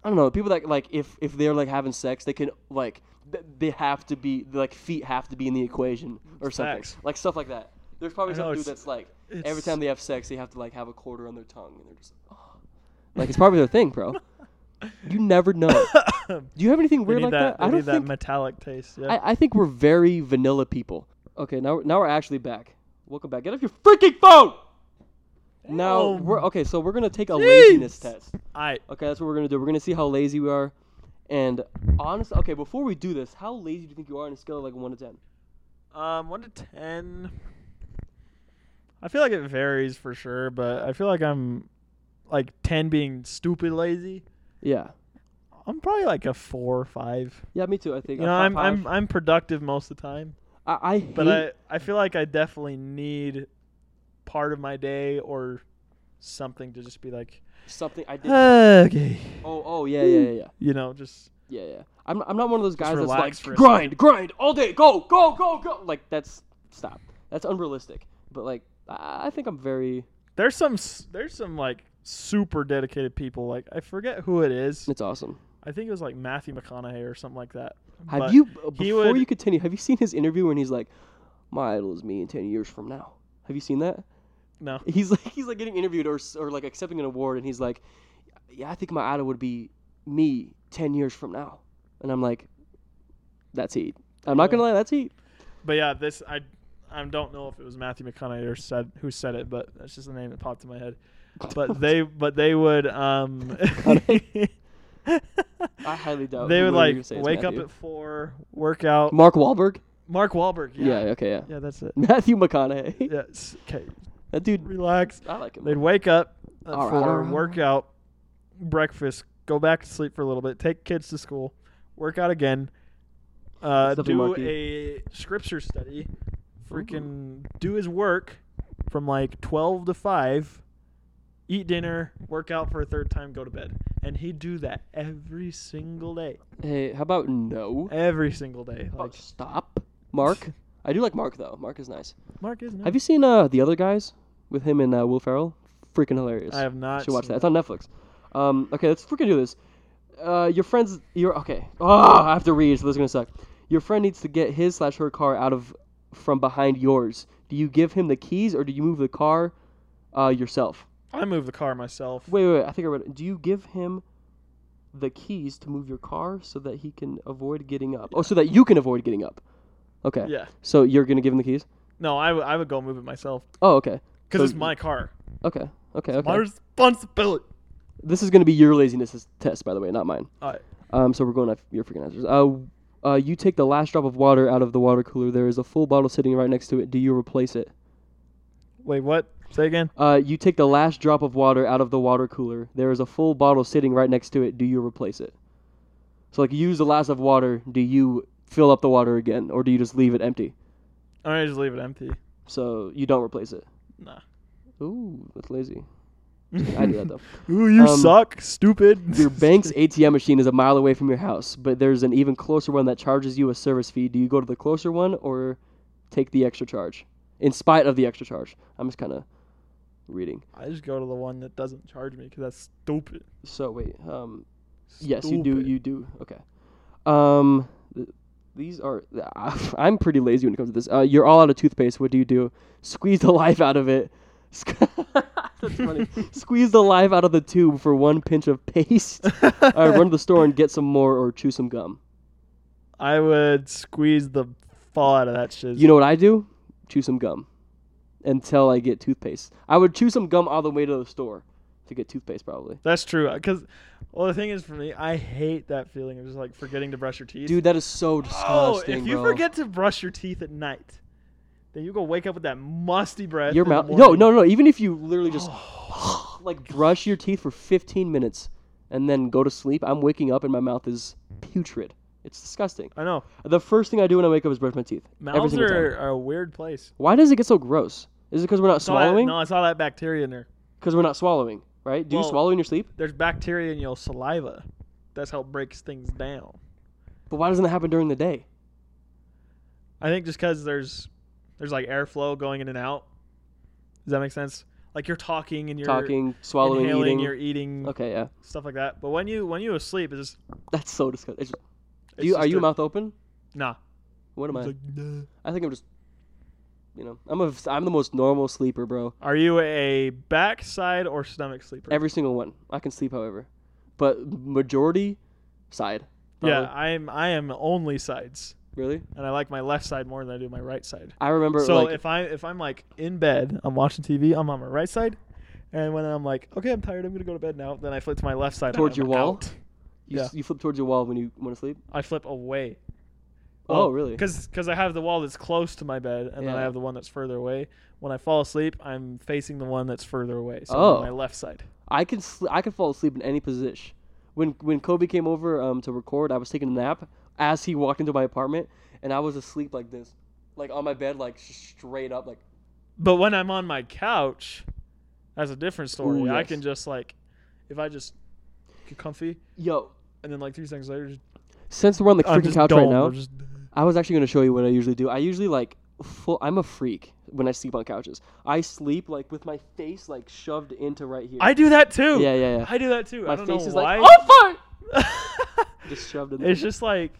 I don't know, people that like if if they're like having sex, they can like th- they have to be like feet have to be in the equation or something.
Facts.
Like stuff like that. There's probably
I
some
know,
dude
it's-
that's like every
it's-
time they have sex, they have to like have a quarter on their tongue and they're just like, oh. like it's probably their
<laughs>
thing, bro. You never know.
<coughs>
Do you have anything
we
weird
need that.
like that? I
we
don't
need that
think
metallic taste. Yeah.
I, I think we're very vanilla people. Okay, now now we're actually back. Welcome back. Get off your freaking phone. Now
Damn.
we're okay. So we're gonna take a laziness
Jeez.
test.
I
Okay, that's what we're gonna do. We're gonna see how lazy we are. And honestly, okay, before we do this, how lazy do you think you are on a scale of like one to ten?
Um, one to ten. I feel like it varies for sure, but I feel like I'm like ten being stupid lazy.
Yeah.
I'm probably like a four or five.
Yeah, me too. I think.
You know, I'm I'm I'm productive most of the time,
I, I hate,
but I I feel like I definitely need part of my day or something to just be like
something I did.
okay,
Oh, oh yeah, yeah, yeah, yeah,
you know, just
yeah, yeah. I'm I'm not one of those guys that's
relax
like
for a
grind, grind all day, go, go, go, go. Like that's stop. That's unrealistic. But like, I, I think I'm very.
there's some s- there's some like super dedicated people. Like I forget who it is.
It's awesome.
I think it was like Matthew McConaughey or something like that.
Have
But-
you b-
he
before
would-
you continue? Have you seen his interview when he's like, "My idol is me in ten years from now." Have you seen that?
No.
He's like <laughs> he's like getting interviewed or s- or like accepting an award, and he's like, "Yeah, I think my idol would be me ten years from now," and I'm like, "That's heat." I'm not gonna lie, that's heat.
But yeah, this I I don't know if it was Matthew McConaughey or said who said it, but that's just the name that popped in my head.
<laughs>
But they but they would um <laughs>
I highly doubt
they would
whoever you
like
say it's
wake up
Matthew.
at four, work out.
Mark Wahlberg.
Mark Wahlberg,
Yeah.
yeah,
okay. Yeah.
yeah, that's it.
Matthew
<laughs>
McConaughey.
Yes, okay,
That dude.
relax.
I like him.
They'd wake up at
All right, Uh-huh. all
four,
right, all
work out, breakfast, go back to sleep for a little bit, take kids to school, work out again, uh,
That's definitely
do
Marky.
a scripture study, freaking do his work from like 12 to 5, eat dinner, work out for a third time, go to bed. And he'd do that every single day.
Hey, how about no?
Every single day.
Oh,
Like,
stop, Mark. I do like Mark though. Mark is nice.
Mark is
Have you seen uh the other guys with him and uh, Will Ferrell? Freaking hilarious.
I have not.
Should watch
seen
that. It's on Netflix. Um, okay, let's freaking do this. Uh, your friends, your okay. Oh, I have to read, so this is gonna suck. Your friend needs to get his slash her car out of from behind yours. Do you give him the keys or do you move the car uh, yourself?
I moved the car myself.
Wait, wait, wait, I think I read it. Do you give him the keys to move your car so that he can avoid getting up? Oh, so that you can avoid getting up. Okay.
Yeah.
So you're gonna give him the keys?
No, I, w- I would go move it myself
Oh, okay.
because
So-
it's my car.
Okay. Okay. Okay.
My responsibility.
This is going to be your laziness is- test, by the way, not mine.
All right.
Um, so we're going off your freaking answers. Uh, uh, you take the last drop of water out of the water cooler. There is a full bottle sitting right next to it. Do you replace it?
Wait, what? Say again.
Uh, you take the last drop of water out of the water cooler. There is a full bottle sitting right next to it. Do you replace it? So like, you use the last of water. Do you fill up the water again, or do you just leave it empty?
I'm gonna just leave it empty.
So you don't replace it.
Nah.
Ooh, that's lazy. I do that though.
Ooh, you
Um,
suck, stupid.
Your bank's ATM machine is a mile away from your house, but there's an even closer one that charges you a service fee. Do you go to the closer one or take the extra charge? In spite of the extra charge. I'm just kind of reading.
<laughs> I just go to the one that doesn't charge me because that's stupid.
So wait, um yes, you do
Stupid.
you do. Okay. Um th- these are <laughs> I'm pretty lazy when it comes to this. Uh, you're all out of toothpaste. What do you do? Squeeze the <laughs> life out of it. <laughs> That's funny. Squeeze the life out of the tube for one pinch
<laughs>
of paste. <laughs> All right, run to the store and get some more or chew some gum.
I would squeeze the fall out of that shit.
You know what I do? Chew some gum until I get toothpaste. I would chew some gum all the way to the store to get toothpaste, probably.
that's true. Because well, the thing is, for me, I hate that feeling of just like forgetting to brush your teeth.
Dude, that is so
oh,
disgusting.
if you
bro.
forget to brush your teeth at night, then you go wake up with that musty breath.
your
in the
mouth, no,
morning. Oh.
no, no. Even if you literally just <sighs> like brush your teeth for 15 minutes and then go to sleep, I'm waking up and my mouth is putrid. It's disgusting.
I know.
The first thing I do when I wake up is brush my teeth. Every
Mouths
single time.
are, are a weird place.
Why does it get so gross? Is it because we're not
It's all that-
swallowing?
no, it's all that bacteria in there.
Because we're not swallowing, right? Do you
Well-
swallow in your sleep?
There's bacteria in your saliva. That's how it breaks things down.
But why doesn't it happen during the day?
I think just because there's there's like airflow going in and out. Does that make sense? Like you're talking and you're
Talking, swallowing,
inhaling,
eating. Uh,
you're eating
Okay, yeah,
stuff like that. But when you when you asleep, it's just
that's so disgusting. It's just-
it's
do you,
just
are you
a-
mouth open?
Nah.
What am I?
It's like, nah.
I think I'm just, you know, I'm a, I'm the most normal sleeper, bro.
Are you a backside or stomach sleeper?
Every single one. I can sleep, however, but majority side.
yeah,
probably.
I'm I am only sides,
Really?
and I like my left side more than I do my right side.
I remember
So
like
if I if I'm like in bed, I'm watching TV, I'm on my right side, and when I'm like, okay, I'm tired, I'm gonna go to bed now, then I flip to my left side. and
Towards
I'm
your wall?
out.
you, s-
yeah.
you flip towards your wall when you want to sleep.
I flip away.
oh, really?
Because I have the wall that's close to my bed, and then I
Yeah.
have the one that's further away. When I fall asleep, I'm facing the one that's further away, so
Oh.
my left side.
I can sl- I can fall asleep in any position. When when Kobe came over um, to record, I was taking a nap as he walked into my apartment, and I was asleep like this, like on my bed, like s- straight up, like
But when I'm on my couch, that's a different story.
Ooh,
I
yes.
can just like, if I just get comfy,
yo.
and then like three seconds later, just,
Since we're on the
I'm
freaking
just
couch right
dome.
now,
I'm just-
I was actually gonna show you what I usually do. I usually like full. I'm a freak when I sleep on couches. I sleep like with my face like shoved into right here.
I do that too.
yeah, yeah, yeah.
I do that too.
my
I don't
face
know
is
why.
like oh fuck, just shoved in there.
<laughs> it's just like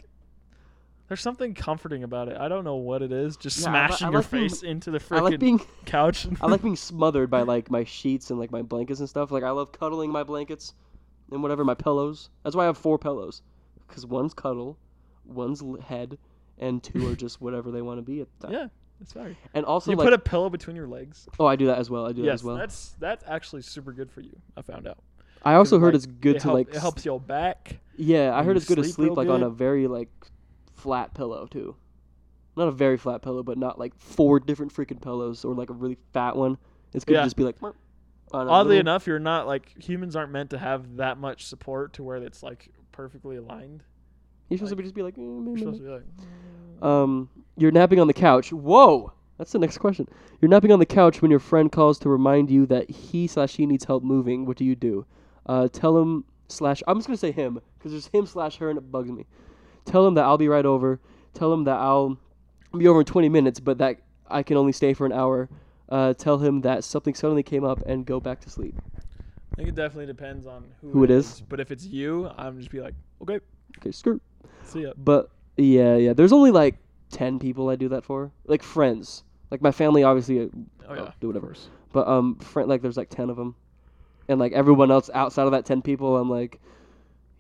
there's something comforting about it. I don't know what it is. Just
Yeah, I li-
smashing
I
your
like being-
face into the
I
freaking
like being
couch.
I like being smothered by like my sheets and like my blankets and stuff. Like I love cuddling my blankets and whatever my pillows. That's why I have four pillows, because one's cuddle, one's l- head, and two are just whatever they want to be at the
<laughs>
time.
yeah, that's right.
And also
you
like
put a pillow between your legs.
oh, I do that as well. I do that
yes,
as well.
that's that's actually super good for you. I found out.
I also
'Cause,
heard
like,
it's good
it
to
help-
like
it helps your back.
Yeah, I
when
heard
you
it's good to
sleep
sleep
real
like on a
good.
very like flat pillow too. Not a very flat pillow, but not like four different freaking pillows or like a really fat one. It's good
Yeah.
to just be like "Merp," on a
Oddly
little-
enough, you're not like humans aren't meant to have that much support to where it's like perfectly aligned.
You're supposed to be just be like "Eh, meh,
You're
meh,
supposed
meh."
to be like
um you're napping on the couch. Whoa. That's the next question. You're napping on the couch when your friend calls to remind you that he slash she needs help moving. What do you do? Uh, tell him slash I'm just gonna say him because there's him slash her and it bugs me. Tell him that I'll be right over. Tell him that I'll be over in 20 minutes, but that I can only stay for an hour. Uh, tell him that something suddenly came up and go back to sleep.
I think it definitely depends on who,
Who it is.
But if it's you, I'm just be like, okay,
Okay, skirt.
see ya.
But yeah, yeah. There's only like 10 people I do that for, like friends. Like my family, obviously, uh,
Oh
uh,
yeah,
do whatever.
Of <laughs> course.
But um, friend, like there's like ten of them, and like everyone else outside of that ten people, I'm like,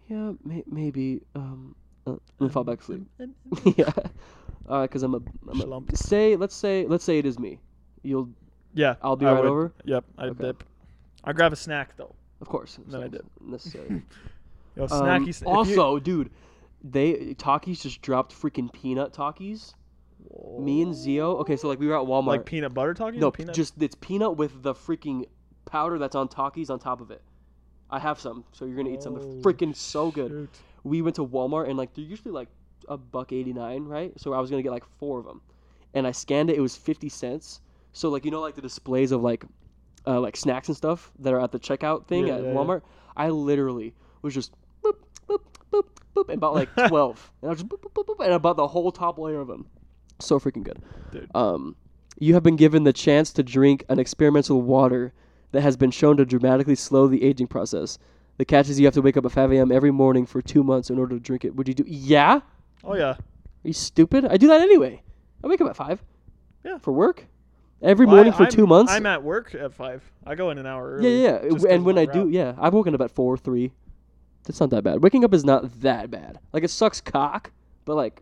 yeah, may- maybe um, uh, and fall back asleep. <laughs> yeah, because I'm a, I'm a
Schlump.
say let's say let's say it is me. You'll
Yeah,
I'll be
I
right
would.
over.
Yep, I
Okay.
dip. I grab a snack though.
Of course, it's
No, I
not
did. <laughs>
necessary.
Yo,
Um,
snacky. s- if you-
also, dude, they Takis just dropped freaking peanut Takis. Me and Zio. Okay, so like we were at Walmart.
like peanut butter talking.
No,
peanut.
just it's peanut with the freaking powder that's on Takis on top of it. I have some, so you're gonna eat some. They're
Oh,
freaking so good.
shoot.
We went to Walmart and like they're usually like a buck eighty nine, right? So I was gonna get like four of them, and I scanned it. It was fifty cents. So like you know like the displays of like, uh, like snacks and stuff that are at the checkout thing
Yeah,
at
yeah, yeah.
Walmart. I literally was just boop boop boop boop and
<laughs>
bought like twelve, and I was just boop, boop, boop, boop, and I bought the whole top layer of them. So freaking good.
Dude.
Um, you have been given the chance to drink an experimental water that has been shown to dramatically slow the aging process. The catch is you have to wake up at 5 a.m. every morning for two months in order to drink it. Would you do? Yeah? Are
Oh yeah.
you stupid? I do that anyway. I wake up at 5.
Yeah.
For work? Every
Well, I-
morning for
I'm-
two months?
I'm at work at five. I go in an hour
yeah,
early.
yeah,
just
yeah.
'cause
And when
my
I do,
route.
yeah, I've woken up at 4, 3. That's not that bad. Waking up is not that bad. Like, it sucks cock, but, like,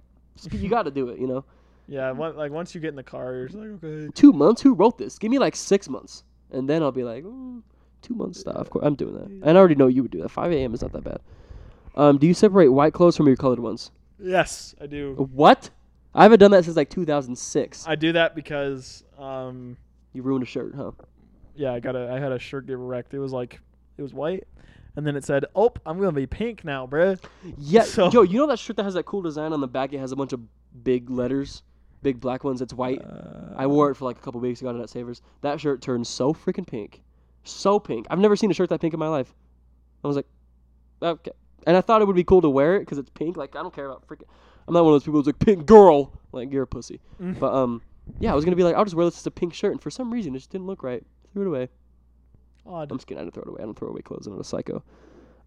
you gotta do it, you know?
yeah, one, like once you get in the car, you're just like, okay,
two months? Who wrote this? Give me like six months, and then I'll be like, mm, two months. Nah, of course, I'm doing that, and I already know you would do that. Five a.m. is not that bad. Um, do you separate white clothes from your colored ones?
yes, I
Oh.
do.
What? I haven't done that since like 2006.
I do that because, um,
You ruined a shirt, huh?
yeah, I got a, I had a shirt get wrecked. It was like, it was white, and then it said, "Oh, I'm gonna be pink now, bruh."
Yeah,
So-
yo, you know that shirt that has that cool design on the back? It has a bunch of big letters, big black ones. It's white.
Uh,
I wore it for like a couple weeks. I got it at Savers. That shirt turned so freaking pink, so pink. I've never seen a shirt that pink in my life. I was like, okay. And I thought it would be cool to wear it because it's pink. Like I don't care about freaking. I'm not one of those people who's like pink girl. Like you're a pussy. But um, yeah, I was gonna be like, I'll just wear this as a pink shirt, and for some reason it just didn't look right. Threw it away.
Odd.
I'm just kidding. I didn't throw it away. I don't throw away clothes. I'm not a psycho.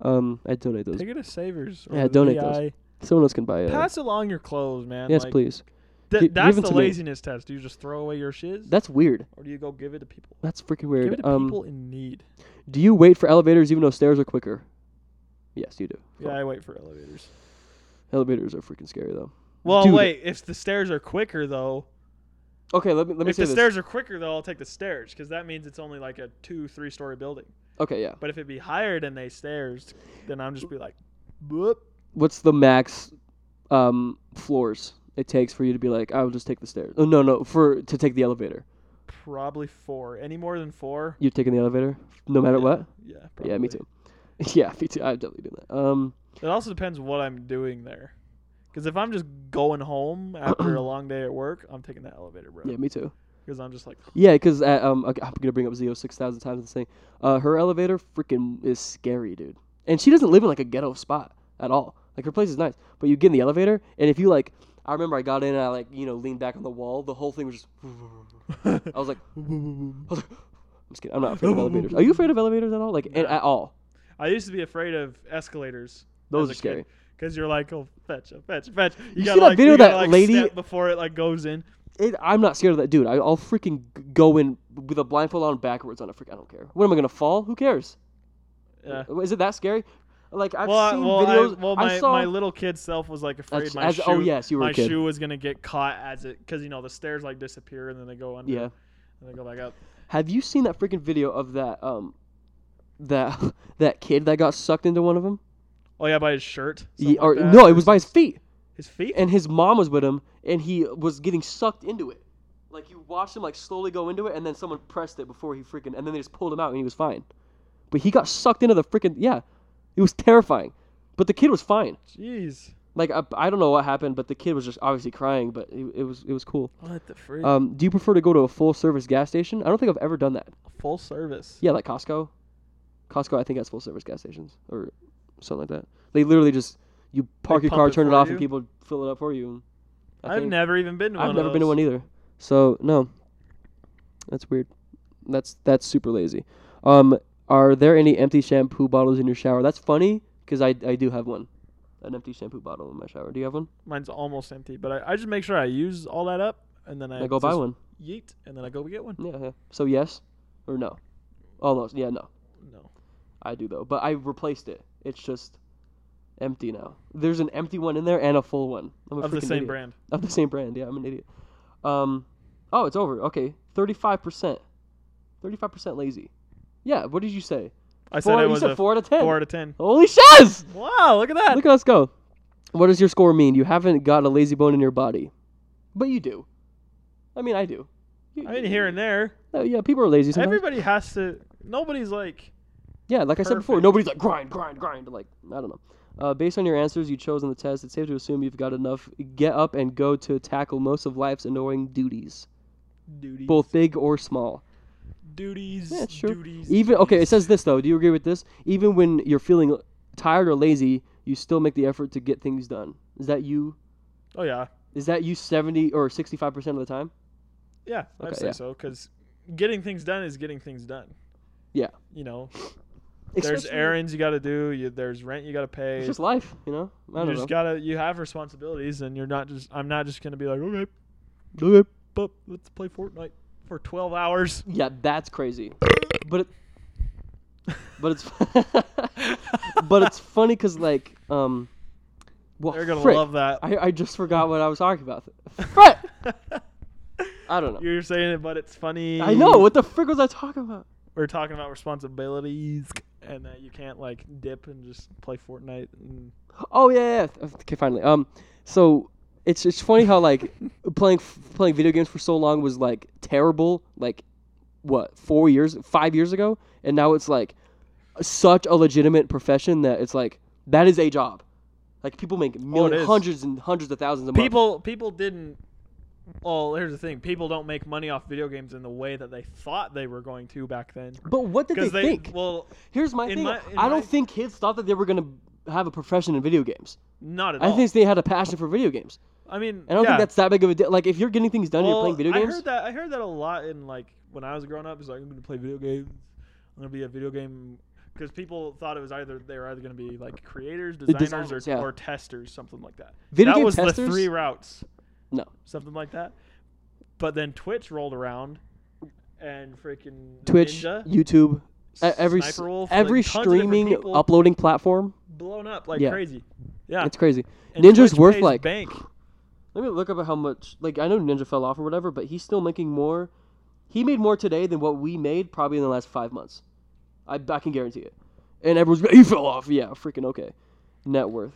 Um, I donate those.
Take it to Savers. Or
Yeah,
the
donate those.
VI.
Someone else can buy it.
Pass along your clothes, man.
yes,
like,
please.
Th-
Gi- give
that's
them
the
to me.
laziness test. Do you just throw away your shiz,
That's weird.
or do you go give it to people?
That's freaking weird.
Give it to
um,
people in need.
Do you wait for elevators even though stairs are quicker? Yes, you do.
Yeah, I wait for elevators.
Elevators are freaking scary though.
Well,
Dude.
wait. If the stairs are quicker, though,
Okay, let me let me
if
say
the
this.
stairs are quicker, though, I'll take the stairs because that means it's only like a two, three story building.
okay, yeah.
But if it be higher than they stairs, then I'm just be like, whoop.
What's the max um, floors it takes for you to be like, I will just take the stairs? Oh, no, no, for to take the elevator.
Probably four. Any more than four?
You're taking the elevator no matter
Yeah,
what.
Yeah. Probably.
Yeah, me too. yeah, me too. <laughs> I definitely do that. Um,
It also depends what I'm doing there. Because if I'm just going home <coughs> after a long day at work, I'm taking the elevator, bro.
yeah, me too.
Because I'm just like,
Yeah, because um, okay, I'm gonna bring up Zio six thousand times and say, uh, her elevator freaking is scary, dude. And she doesn't live in like a ghetto spot at all. Like her place is nice, but you get in the elevator, and if you like, I remember I got in and I like you know leaned back on the wall. The whole thing was just. I was like, <laughs> I was like, I'm just kidding. I'm not afraid of elevators. Are you afraid of elevators at all? Like and, at all?
I used to be afraid of escalators.
Those are scary.
Because you're like, oh, fetch, oh, fetch, fetch. You,
see
gotta,
that
like,
video
you
of
gotta,
that
like,
lady-
step before it like goes in.
It, I'm not scared of that, dude. I, I'll freaking g- go in with a blindfold on backwards on a freak. I don't care. What am I gonna fall? Who cares?
Yeah.
Is it that scary? Like I've
Well, I,
seen
well, I-
videos.
well,
I
my,
saw
my little kid self was like afraid
That's-
my
as-
shoe.
oh, yes, you were a
my
kid.
shoe was gonna get caught as it because you know the stairs like disappear and then they go under.
Yeah.
And they go back up.
Have you seen that freaking video of that um that <laughs> that kid that got sucked into one of them?
Oh yeah, by his shirt.
Ye-
something
or
like that,
no,
or
it was by his feet,
his feet.
and his mom was with him, and he was getting sucked into it. Like you watched him like slowly go into it, and then someone pressed it before he freaking, and then they just pulled him out, and he was fine. But he got sucked into the freaking yeah, it was terrifying. But the kid was fine.
Jeez.
Like I, I don't know what happened, but the kid was just obviously crying. But it, it was it was cool.
What the freak?
Um, do you prefer to go to a full service gas station? I don't think I've ever done that.
Full service.
Yeah, like Costco. Costco, I think has full service gas stations or something like that. They literally just you park your
pump
car,
it
turn it
for
off,
you?
and people fill it up for you. I
I've
think-
never even been to one.
I've never
of
been to
those.
one either. So no, that's weird. That's that's super lazy. Um, are there any empty shampoo bottles in your shower? That's funny because I I do have one, an empty shampoo bottle in my shower. Do you have one?
Mine's almost empty, but I, I just make sure I use all that up and then I,
I go buy
just
one.
Yeet, and then I go get one.
Yeah, yeah. So yes or no? Almost. Yeah, no.
No.
I do though, but I replaced it. It's just empty now. There's an empty one in there and a full one. I'm a
Of the
freaking
same
idiot.
brand.
Of the same brand. Yeah, I'm an idiot. Um, oh, it's over. Okay, thirty-five percent. Thirty-five percent lazy. Yeah. What did you say?
I
Four,
said it
you
was
said
a
four out of ten.
four out of ten.
Holy shiz!
Wow, look at that.
Look at us go. What does your score mean? You haven't got a lazy bone in your body, but you do. I mean, I do. You-
I mean, here and there,
Uh, yeah, people are lazy. Sometimes.
everybody has to. Nobody's like.
Yeah, like I said before,
Perfect.
nobody's like grind, grind, grind. Like I don't know. Uh, based on your answers you chose in the test, it's safe to assume you've got enough get up and go to tackle most of life's annoying duties,
Duties.
both big or small.
Duties.
Yeah, sure.
Duties.
Even okay, it
duties.
says this though. Do you agree with this? Even when you're feeling tired or lazy, you still make the effort to get things done. Is that you?
Oh yeah,
Is that you seventy or sixty-five percent of the time?
yeah.
Okay,
I'd say
yeah.
so because getting things done is getting things done.
Yeah.
You know, there's
Especially-
errands you got to do. You, there's rent you got to pay.
It's just life, you know. I
you
don't
just
know.
gotta. You have responsibilities, and you're not just. I'm not just gonna be like, okay,
Okay.
but let's play Fortnite for 12 hours. <laughs>
Yeah, that's crazy. but it, but it's <laughs> but it's funny because like um, well,
They're gonna
frick,
love that.
I, I just forgot what I was talking about.
<laughs>
Frick! I don't know.
You're saying it, but it's funny.
I know what the frick was I talking about?
We're talking about responsibilities, and that you can't like dip and just play Fortnite. And
Oh yeah, yeah, yeah. Okay, finally. Um, so it's it's funny
<laughs>
how like playing playing video games for so long was like terrible. Like what four years, five years ago, and now it's like such a legitimate profession that it's like that is a job. Like people make millions,
Oh, is.
hundreds and hundreds of thousands of
people people didn't well here's the thing people don't make money off video games in the way that they thought they were going to back then
But what did they,
because they,
think?
well
Here's my
in
thing.
my- in
I don't
my-
think kids thought that they were gonna have a profession in video games.
not at
I
all
think they had a passion for video games.
i mean
I don't
Oh. yeah.
think that's that big of a deal. Like if you're getting things done, and
Well,
you're playing video games.
I heard that. I heard that a lot in like when I was growing up. It's like I'm gonna play video games. I'm gonna be a video game because people thought it was either they were either gonna be like creators, designers,
designers,
or,
yeah.
or testers, something like that.
Video
that
game
was the
testers?
three routes,
No.
something like that. But then Twitch rolled around, and freaking
Twitch,
Ninja,
YouTube, e- every s-
Sniper Wolf,
every
like, tons of different
streaming
people.
uploading platform.
blown up like
Yeah.
crazy. Yeah,
It's crazy.
And
Ninja's
Twitch
worth
pays
like
bank.
Let me look up how much. Like I know Ninja fell off or whatever, but he's still making more. He made more today than what we made probably in the last five months. I, I can guarantee it. And everyone's he fell off. Yeah, freaking okay. Net worth.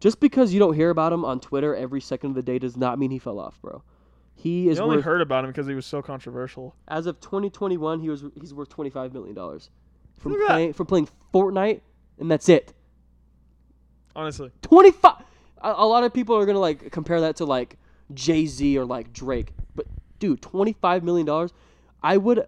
Just because you don't hear about him on Twitter every second of the day does not mean he fell off, bro. He is
You only
worth
heard about him because he was so controversial.
as of 2021. He was he's worth 25 million dollars from
Look at that.
playing from playing Fortnite, and that's it.
Honestly, <laughs>
25 a, a lot of people are gonna like compare that to like jay-z or like drake but dude 25 million dollars i would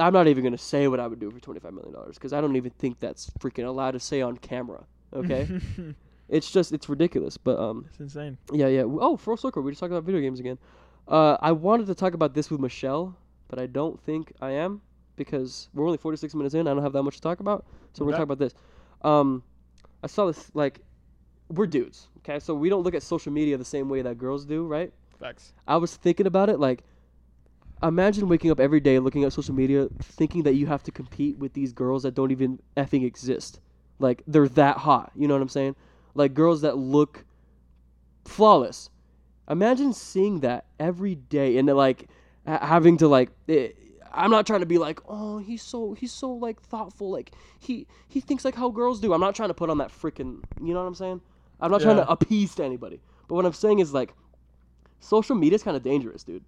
i'm not even gonna say what i would do for 25 million dollars because i don't even think that's freaking allowed to say on camera
<laughs>
okay
it's
it's just it's ridiculous but um
insane.
yeah yeah oh full circle we just talked about video games again uh i wanted to talk about this with michelle but i don't think i am because we're only 46 minutes in i don't have that much to talk about so we're gonna
Okay.
talk about this um i saw this like we're dudes okay so we don't look at social media the same way that girls do right
Facts.
i was thinking about it like imagine waking up every day looking at social media thinking that you have to compete with these girls that don't even effing exist like they're that hot you know what i'm saying like girls that look flawless imagine seeing that every day and then, like ha- having to like it, i'm not trying to be like oh he's so he's so like thoughtful like he he thinks like how girls do i'm not trying to put on that freaking you know what i'm saying i'm not trying
Yeah.
to appease to anybody but what i'm saying is like social media is kind of dangerous dude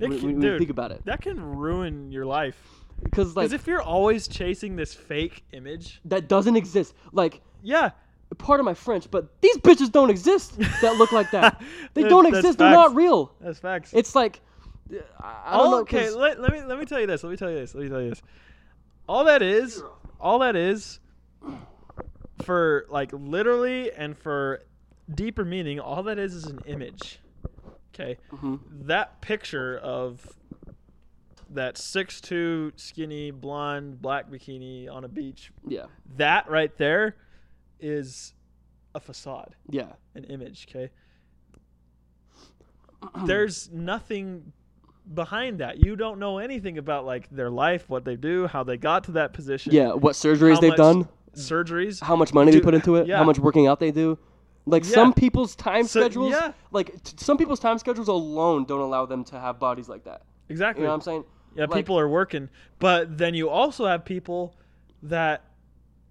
It
when,
can-
when- when you
dude,
think about it
That can ruin your life.
because like
Because if you're always chasing this fake image,
that doesn't exist like
yeah,
part of my french but these bitches don't exist that look like
<laughs>
that they
That-
don't
that's
exist they're not
facts.
real
that's facts.
it's like uh, i, I don't
All-
know
okay,
'cause-
let, let me let me tell you this. Let me tell you this. Let me tell you this. All that is, all that is, for like literally and for deeper meaning, all that is is an image. Okay,
Mhm.
that picture of that six-two skinny blonde black bikini on a beach
yeah
that right there is a facade,
yeah
an image,
<clears throat>
okay? There's nothing behind that. You don't know anything about like their life, what they do, how they got to that position.
Yeah, what surgeries
how
they've
much
done,
Surgeries.
how much money they
do-
put into it,
yeah.
how much working out they do. Like
Yeah.
some people's time
So-
schedules,
yeah.
like t- some people's time schedules alone don't allow them to have bodies like that. You
Exactly.
know what I'm saying?
yeah,
like-
people are working. But then you also have people that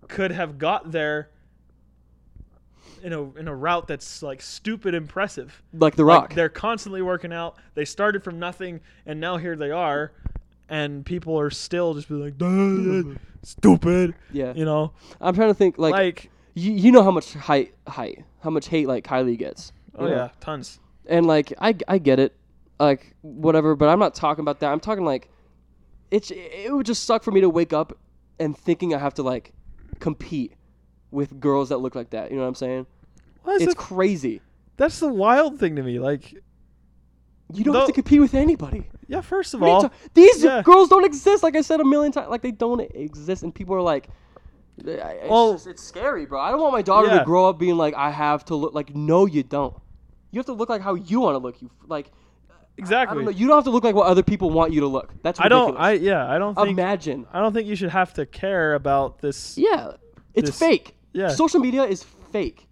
could have got there in a in a route that's like stupid impressive.
Like The
Like,
Rock.
they're constantly working out. They started from nothing, and now here they are, and people are still just be like, "Duh, stupid.
yeah,
You know,
I'm trying to think. Like,
like,
you, you know how much height, height, how much hate like Kylie gets.
oh
you know?
yeah, tons.
and like I, I get it like whatever but i'm not talking about that i'm talking like it's it would just suck for me to wake up and thinking i have to like compete with girls that look like that you know what i'm saying
Why is
it's
that-
crazy
that's the wild thing to me. Like,
you don't have
No.
to compete with anybody
yeah, first of
What are you
all,
ta- these
yeah.
girls don't exist like i said a million times like they don't exist and people are like I- it's,
Well-
just- it's scary bro i don't want my daughter to
Yeah.
grow up being like i have to look like no you don't you have to look like how you want to look you like I don't know.
exactly.
You don't have to look like what other people want you to look. That's
I
ridiculous.
don't. I yeah. I don't think.
imagine.
I don't think you should have to care about this.
Yeah, it's
This-
fake.
yeah.
Social media is fake.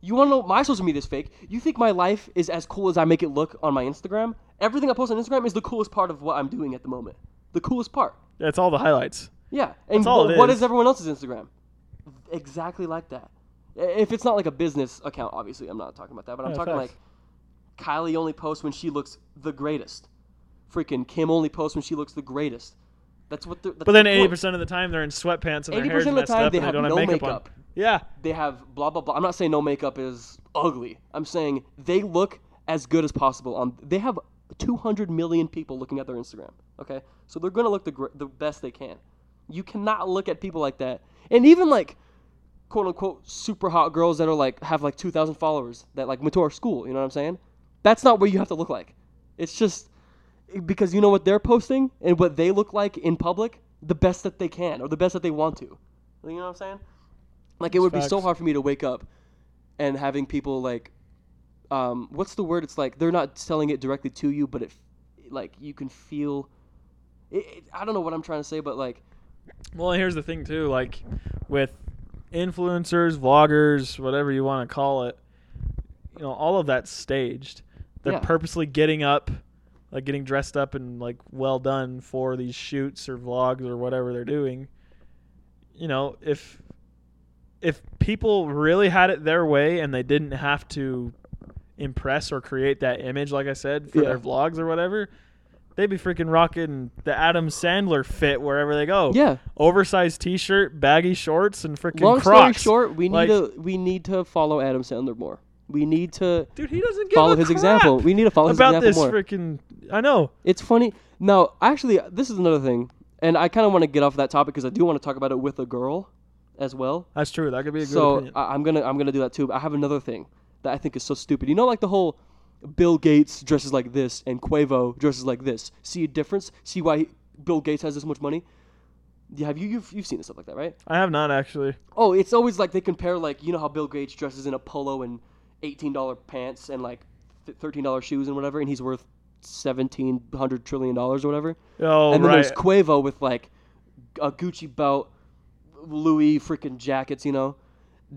You want to know my social media is fake? You think my life is as cool as I make it look on my Instagram? Everything I post on Instagram is the coolest part of what I'm doing at the moment. The coolest part.
That's all the highlights.
Yeah. And
That's all
wh-
it
what
is.
is everyone else's Instagram? Exactly like that. I- If it's not like a business account, obviously, I'm not talking about that, but I'm
Yeah,
talking
facts.
like Kylie only posts when she looks the greatest. Freaking Kim only posts when she looks the greatest. That's what. They're, that's
But then
the
eighty
point.
percent of the time they're in sweatpants and their
80%
hair's
of the
messed
time
up
they
and they
have
don't
no
have makeup,
makeup.
on. Yeah,
they have blah blah blah. I'm not saying no makeup is ugly. I'm saying they look as good as possible. On they have 200 million people looking at their Instagram. Okay, so they're gonna look the gr- the best they can. You cannot look at people like that, and even like quote unquote super hot girls that are like have like 2,000 followers that like went to our school. You know what I'm saying? That's not what you have to look like. It's just because you know what they're posting and what they look like in public, the best that they can or the best that they want to. You know what I'm saying? Like it would be so
facts.
hard for me to wake up and having people like, um, what's the word? It's like they're not selling it directly to you, but it, f- like you can feel. It, it, I don't know what I'm trying to say, but like,
Well, and here's the thing too, like with influencers, vloggers, whatever you want to call it, you know, all of that's staged. They're
Yeah.
purposely getting up, like getting dressed up and like well done for these shoots or vlogs or whatever they're doing. You know, if if people really had it their way and they didn't have to impress or create that image, like I said, for
Yeah.
their vlogs or whatever, they'd be freaking rocking the Adam Sandler fit wherever they go
yeah.
oversized t-shirt, baggy shorts, and freaking
Long story
Crocs.
short, we need
Like-
to we need to follow Adam Sandler more. We need to
Dude, he doesn't give
follow
a
his
crap
example. We need to follow his
about
example
this
more.
freaking. I know.
It's funny. Now, actually, this is another thing, and I kind of want to get off that topic because I do want to talk about it with a girl, as well.
That's true. That could be a good
So
opinion.
I, I'm gonna I'm gonna do that too. But I have another thing that I think is so stupid. You know, like the whole Bill Gates dresses like this and Quavo dresses like this. See a difference? See why Bill Gates has this much money? Yeah, have you you've, you've seen stuff like that, right?
I have not actually.
Oh, it's always like they compare like you know how Bill Gates dresses in a polo and eighteen dollar pants and like thirteen dollar shoes and whatever, and he's worth seventeen hundred trillion dollars or whatever.
Oh
and then
right.
there's Quavo with like a Gucci belt, Louis freaking jackets. You know,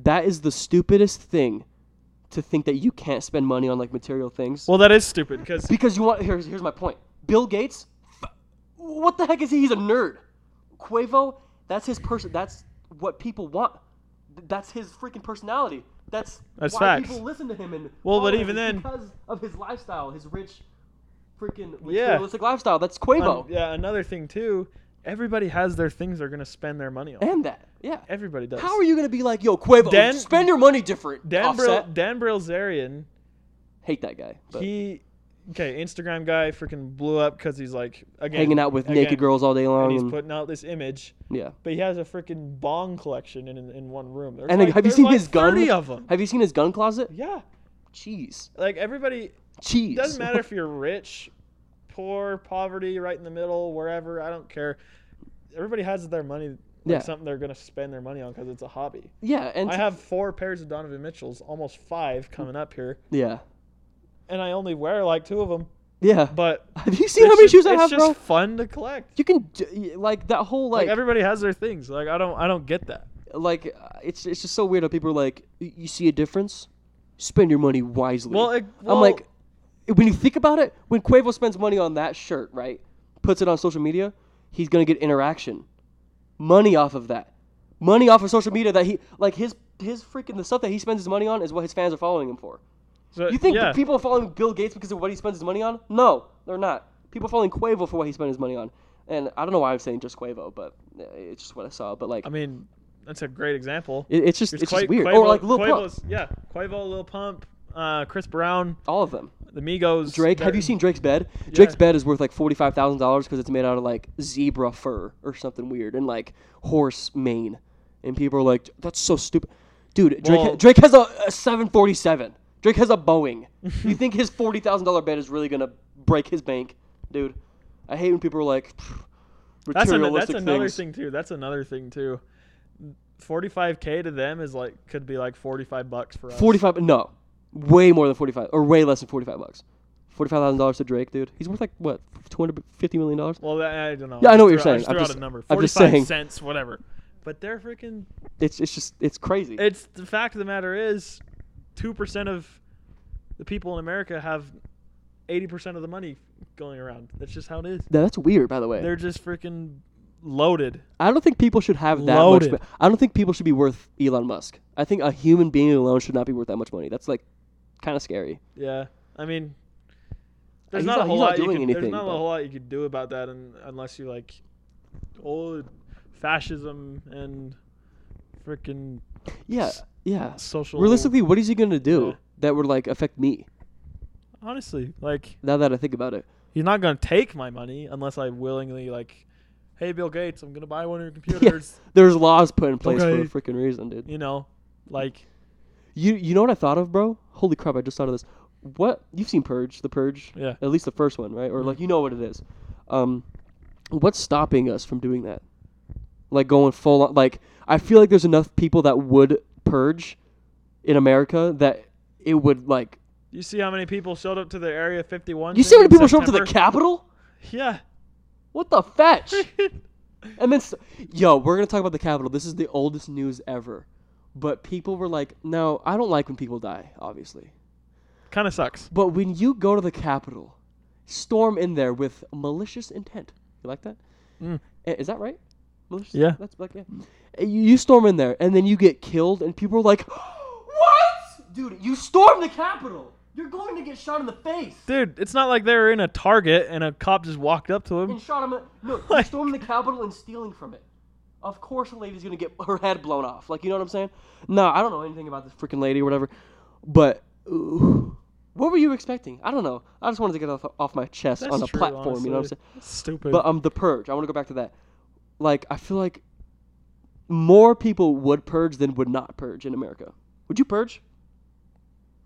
that is the stupidest thing to think that you can't spend money on like material things
well, that is stupid because
because you want. Here's here's my point. Bill Gates, f- what the heck is he? He's a nerd. Quavo, that's his person. That's what people want. Th- That's his freaking personality. That's,
That's
why
facts.
people listen to him and
Well,
follow
but
him
even
is
then-
because of his lifestyle, his rich, freaking
Yeah.
materialistic lifestyle. That's Quavo.
um, yeah, another thing too. Everybody has their things they're gonna spend their money on.
And that, yeah.
Everybody does.
Eh, How are you gonna be like, yo, Quavo?
Dan-
spend your money different.
Dan, Bril-
Offset.
Dan Brilzerian
Hate that guy. But
he okay instagram guy freaking blew up because he's like again
hanging out with
again,
naked girls all day long.
and he's
and-
putting out this image
yeah.
but he has a freaking bong collection in in, in one room There's
And
like,
have you
there's
seen
like
his gun?
30 of
<laughs>
them
Have you seen his gun closet?
yeah
Jeez.
like everybody
Jeez.
it doesn't matter if you're rich poor poverty right in the middle wherever i don't care everybody has their money like
Yeah.
something they're gonna spend their money on because it's a hobby
yeah, and
i have four pairs of donovan mitchells almost five coming up here
yeah,
and i only wear like two of them
yeah.
but
<laughs> have you seen how
it's
many
just-
shoes I
it's
have,
just
bro?
fun to collect
You can j- like that whole
like,
like like,
everybody has their things. Like I don't I don't get that.
uh, it's it's just so weird how people are like "Y- you see a difference, spend your money wisely.
Well, it, well,
I'm like, when you think about it, when Quavo spends money on that shirt, right, puts it on social media, he's gonna get interaction, money off of that, money off of social media that he like his his freaking the stuff that he spends his money on is what his fans are following him for.
so-
You think
yeah.
that people are following Bill Gates because of what he spends his money on? No, they're not. People are following Quavo for what he spent his money on, and I don't know why I'm saying just Quavo, but uh, it's just what I saw. But like,
I mean, that's a great example.
it, it's just
There's
it's just
Qua-
weird.
Quavo,
or like Lil Pump,
Quavo's- yeah, Quavo, Lil Pump, uh, Chris Brown,
all of them.
the Migos.
Drake, have
they're-
you seen Drake's bed? Drake's
Yeah.
bed is worth like forty five thousand dollars because it's made out of like zebra fur or something weird and like horse mane, and people are like, "That's so stupid, dude." Drake,
Well-
Drake has a, a seven forty seven. Drake has a Boeing.
<laughs>
you think his forty thousand dollar bed is really gonna break his bank, dude? I hate when people are like, "Pfft,
That's, an,
materialistic
that's another
things."
thing too. That's another thing too. 45k to them is like could be like 45 bucks for us.
Forty five? No, way more than forty five, or way less than forty five bucks. Forty five thousand dollars to Drake, dude. He's worth like what two hundred fifty million dollars.
Well, that, I don't know.
Yeah, I know what you're
just threw- I
saying.
just
I'm
threw out
just-
a number.
I'm
45
just saying.
cents, whatever. But they're freaking.
It's it's just it's crazy.
It's the fact of the matter is, two percent of the people in America have eighty percent of the money going around. That's just how it is.
Now, that's weird, by the way.
They're just freaking loaded.
I don't think people should have that
Loaded.
much. I don't think people should be worth Elon Musk. I think a human being alone should not be worth that much money. That's like kind of scary.
Yeah, I mean, there's
he's
not, a
not-
whole
he's not
lot you
doing
can,
anything,
There's not
but-
a whole lot you could do about that, un unless you like old fascism and freaking
Yeah,
S-
yeah.
social.
Realistically, what is he gonna do
Yeah.
that would like affect me?
honestly, like
Now that I think about it,
he's not gonna take my money unless I willingly like, hey, Bill Gates, I'm gonna buy one of your computers.
there's laws put in place
Okay.
for a freaking reason, dude.
You know, like
You you know what I thought of, bro? Holy crap! I just thought of this. What you've seen Purge, the Purge,
Yeah.
At least the first one, right? Or like you know what it is. Um, what's stopping us from doing that? Like going full on. Like I feel like there's enough people that would purge in America that it would like.
you see how many people showed up to the Area 51.
You
thing
see how many
in
people show up to the
September?
Capitol?
Yeah. <laughs>
What the fetch? and then, st- yo, we're gonna talk about the Capitol. This is the oldest news ever. But people were like, "No, I don't like when people die." Obviously,
kind of sucks.
But when you go to the Capitol, storm in there with malicious intent. You like that?
Mm.
Eh, Is that right? Malicious.
Yeah.
That's like yeah. Eh, You, you storm in there, and then you get killed, and people are like, <gasps> "What, dude? You stormed the Capitol? You're going to get shot in the face."
Dude, it's not like they were in a Target and a cop just walked up to
And
him.
shot him. in- No, you
Like-
storming the Capitol and stealing from it. Of course, a lady's gonna get her head blown off. Like you know what I'm saying? No, I don't know anything about this freaking lady or whatever. But ooh, what were you expecting? I don't know. I just wanted to get off off my chest
That's
on a
true,
platform. You know what
honestly.
I'm saying?
Stupid.
But um, the purge. I want to go back to that. Like I feel like more people would purge than would not purge in America. Would you purge?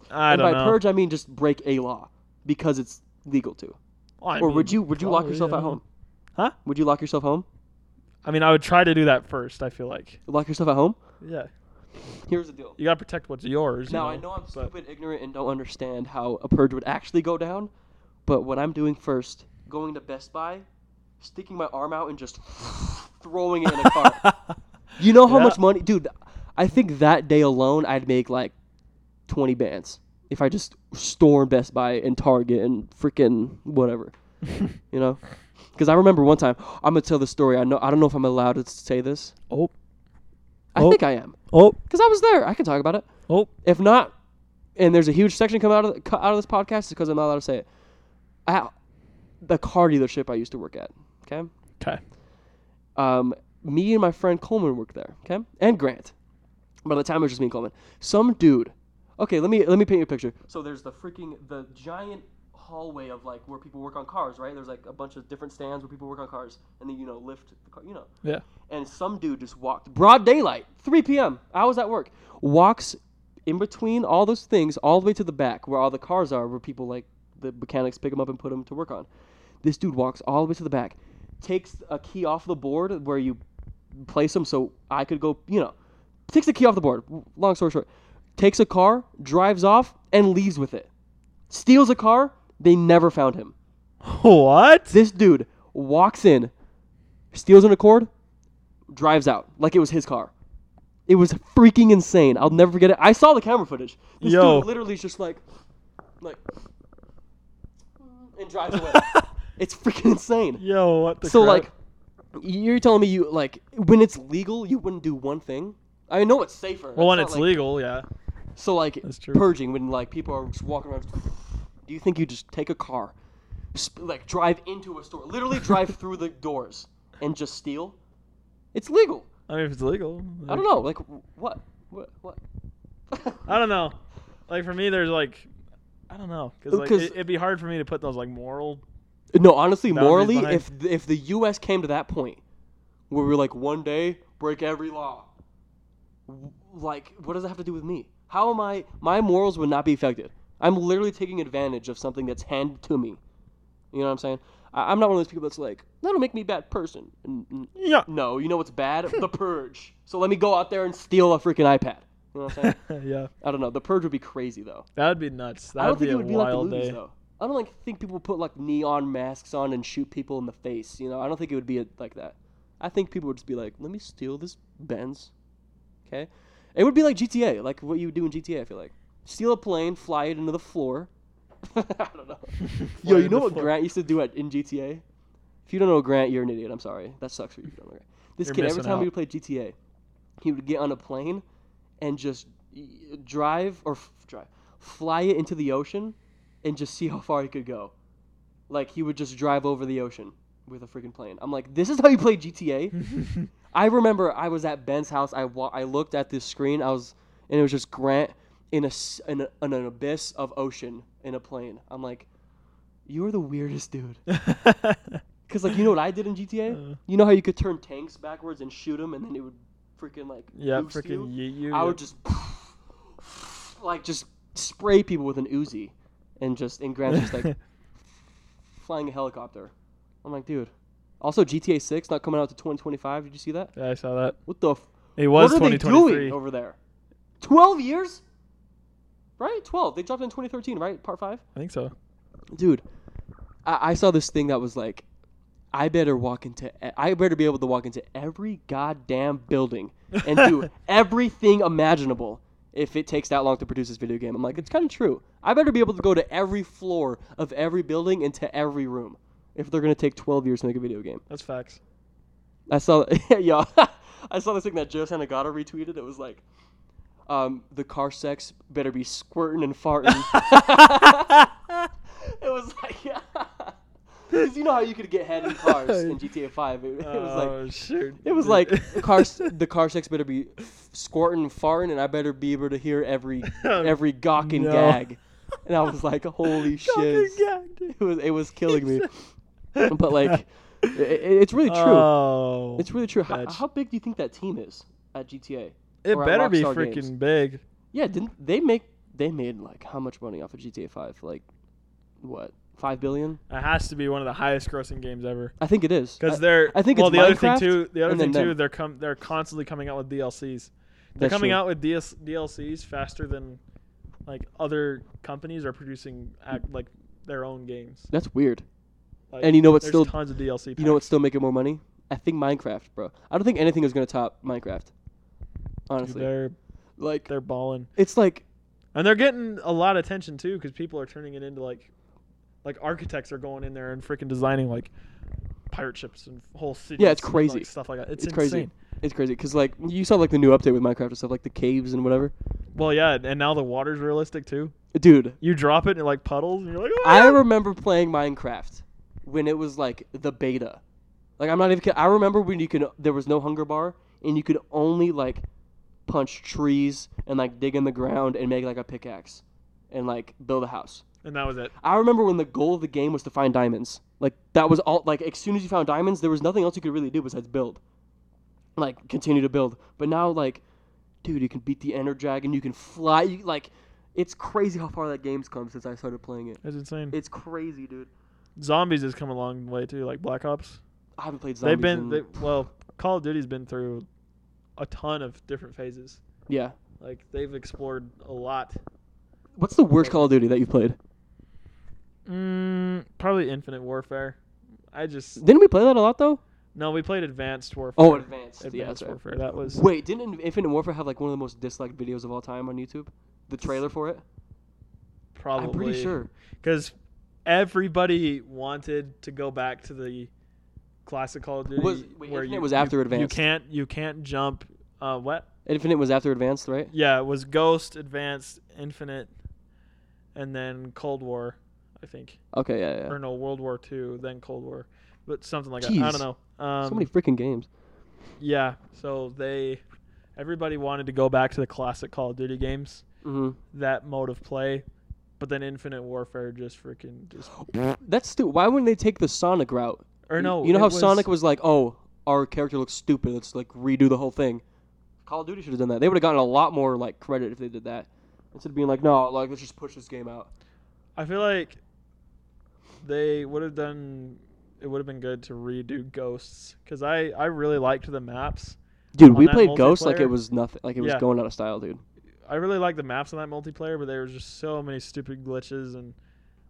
I
and
don't
by
know.
purge, I mean just break a law because it's legal to.
I
or would
mean,
you would you lock
probably,
yourself
yeah.
at home?
Huh?
Would you lock yourself home?
I mean, I would try to do that first. I feel like.
Lock yourself at home.
Yeah.
Here's the deal.
You gotta protect what's yours. you
Now I know I'm
but-
stupid, ignorant, and don't understand how a purge would actually go down, but what I'm doing first, going to Best Buy, sticking my arm out and just <laughs> throwing it in a
<laughs>
car. you know how
Yeah.
much money, dude? I think that day alone I'd make like 20 bands if I just stormed Best Buy and Target and freaking
<laughs>
whatever, you know? Because I remember one time, I'm gonna tell the story. I know I don't know if I'm allowed to say this.
Oh,
I
Oh.
think I am,
oh,
because I was there. I can talk about it.
oh.
If not, and there's a huge section come out of cut out of this podcast, it's because I'm not allowed to say it. I, the car dealership I used to work at. Okay,
Okay.
um, me and my friend Coleman worked there. Okay, and Grant. By the time it was just me and Coleman. Some dude. Okay, let me let me paint you a picture. So there's the freaking the giant hallway of like where people work on cars, right? There's like a bunch of different stands where people work on cars, and then you know lift the car, you know
Yeah.
and some dude just walked broad daylight 3 p.m i was at work walks in between all those things all the way to the back where all the cars are where people like the mechanics pick them up and put them to work on this dude walks all the way to the back takes a key off the board where you place them so i could go you know takes the key off the board long story short takes a car drives off and leaves with it steals a car they never found him
<laughs> What?
this dude walks in, steals an Accord, drives out like it was his car. It was freaking insane. I'll never forget it. I saw the camera footage. This
Yo.
dude literally is just like, like, and
<laughs>
drives away. it's freaking insane.
Yo, what the?
So
crap?
like, you're telling me you like when it's legal, you wouldn't do one thing. I know it's safer.
well, when
not
it's
like-
legal, yeah.
so like
That's true.
purging when like people are just walking around. Do you think you just take a car, sp- like drive into a store, literally drive through the doors and just steal? It's legal.
I mean, if it's legal,
I don't know. Like what? What? What?
I don't know. Like for me, there's like, I don't know, because like
'Cause-
it, it'd be hard for me to put those like moral.
No, honestly,
Boundaries
morally,
behind-
if th- if the U.S. came to that point where we're like one day break every law, w- like what does that have to do with me? How am I? My morals would not be affected. I'm literally taking advantage of something that's handed to me. You know what I'm saying? I, I'm not one of those people that's like that'll make me a bad person. N- n-
Yeah.
No, you know what's bad? the purge. So let me go out there and steal a freaking iPad. You know what I'm saying?
<laughs> yeah.
I don't know. The purge would be crazy though.
That would be nuts. That
I don't
would be
think
a
it would be like the
wild
movies
day. <laughs>
though. I don't like think people put like neon masks on and shoot people in the face. You know, I don't think it would be a, like that. I think people would just be like, "Let me steal this Benz." Okay, it would be like GTA, like what you would do in GTA. I feel like steal a plane, fly it into the floor. <laughs> I don't know. Yo,
Fly
you
it
know
into
what
floor.
Grant used to do at in GTA? If you don't know Grant, you're an idiot. I'm sorry. That sucks for you. if you Don't know Grant. This
You're
kid, every
missing out.
time he would play GTA, he would get on a plane and just y- drive or f- drive, fly it into the ocean, and just see how far he could go. Like he would just drive over the ocean with a freaking plane. I'm like, this is how you play GTA. I remember I was at Ben's house. I wa- I looked at this screen. I was and it was just Grant in a s- in, a, in an abyss of ocean in a plane. I'm like, you are the
<laughs>
weirdest dude. <laughs> Cause like you know what I did in
Uh-huh.
GTA? you know how you could turn tanks backwards and shoot them, and then it would freaking like
yeah,
boost you?
freaking yeet you.
I
yeah.
would just <laughs> like just spray people with an Uzi, and just and Grant's just
<laughs>
like flying a helicopter. I'm like, dude. Also, GTA 6 not coming out to 2025. Did you see that?
yeah, I saw that.
What the? F-
It was
what are they
2023.
doing Oh. over there? 12 years? Right? 12. They dropped it in 2013, right? Part five.
I think so.
Dude, I, I saw this thing that was like, I better walk into, e- I better be able to walk into every goddamn building and do everything imaginable if it takes that long to produce this video game. I'm like, it's kind of true. I better be able to go to every floor of every building and to every room if they're gonna take 12 years to make a video game.
That's facts.
I saw <laughs> yeah, I saw this thing that Joe Santagato retweeted. It was like, um, the car sex better be squirting
<laughs>
and farting. <laughs> it was like, yeah. <laughs> 'Cause you know how you could get head in cars in GTA Five. It, it was like,
oh shoot.
it
<laughs>
was like the car s- the car sex better be squirting and farting, and I better be able to
<laughs>
hear every every gawk and
No.
gag. And I was
<laughs>
like, holy
Fucking
shit.
gagged.
It was it was
<laughs>
killing me. But like, i i- it's really true.
Oh,
It's really true. How,
Fetch.
how big do you think that team is at GTA?
it
or at
better be
Rockstar
freaking
Games.
big.
Yeah, didn't they make they made like how much money off of GTA Five? Like what five billion?
It has to be one of the highest grossing games ever.
I think it is.
Because
I-
they're
I think
well,
it's
the
Minecraft
other thing too. The other
and
thing
then
too,
them.
they're com- they're constantly coming out with DLCs. They're
That's
coming
true.
out with DS- DLCs faster than like other companies are producing act, like their own games.
That's weird.
Like,
And you know what's
there's
still-
tons of DLC. Packs.
You know what's still making more money? I think Minecraft, bro. I don't think anything is gonna top Minecraft.
Dude,
Honestly,
they're
like
they're balling
it's like
and they're getting a lot of attention too because people are turning it into like like architects are going in there and freaking designing like pirate ships and whole cities.
it's
and,
crazy.
like, stuff like that. It's,
it's, crazy.
insane.
It's crazy because like you saw like the new update with Minecraft and stuff, like the caves and whatever.
Well, yeah, and now the water's realistic too.
Dude,
You drop it and it like puddles and you're like,
I
"Ah!"
remember playing Minecraft when it was like the beta. Like I'm not even. kid- I remember when you could there was no hunger bar and you could only like punch trees and like dig in the ground and make like a pickaxe and like build a house.
and that was it.
I remember when the goal of the game was to find diamonds. Like that was all. Like as soon as you found diamonds, there was nothing else you could really do besides build. Like continue to build. But now, like, dude, you can beat the Ender Dragon. You can fly. You, like, it's crazy how far that game's come since I started playing it.
It's insane.
It's crazy, dude.
Zombies has come a long way too, like Black Ops.
I haven't played zombies.
They've been
in-
they, well, Call of Duty's been through a ton of different phases.
yeah.
Like they've explored a lot.
What's the worst Call of Duty that you played?
Mm, probably Infinite Warfare. I just
Didn't we play that a lot though?
no, we played Advanced Warfare.
Oh, Advanced. yeah,
Advanced
that's right.
Warfare. That was
Wait, didn't Infinite Warfare have like one of the most disliked videos of all time on YouTube? The trailer for it.
probably
I'm pretty sure.
because everybody wanted to go back to the classic Call of Duty
Was-
where
wait, Infinite
you
was
you-
after
You
Advanced.
can't you can't jump. Uh, what?
Infinite was after Advanced, right?
Yeah, it was Ghost, Advanced, Infinite, and then Cold War, I think.
Okay, yeah, yeah.
Or no, World War Two, then Cold War, but something like that. I
Jeez.
don't know. Um,
so many freaking games.
Yeah, so they, everybody wanted to go back to the classic Call of Duty games,
hmm
that mode of play, but then Infinite Warfare just freaking just.
That's stupid. Why wouldn't they take the Sonic route?
Or
You-
no,
you know
it
how
was-
Sonic was like, "Oh, our character looks stupid. Let's like redo the whole thing." Call of Duty should have done that. They would have gotten a lot more like credit if they did that instead of being like, "No, like let's just push this game out."
I feel like they would have done. It would have been good to redo Ghosts because I I really liked the maps.
Dude,
on
we
that
played Ghost like it
multiplayer.
was nothing, like it was
Yeah.
going out of style, dude.
I really liked the maps in that multiplayer, but there was just so many stupid glitches and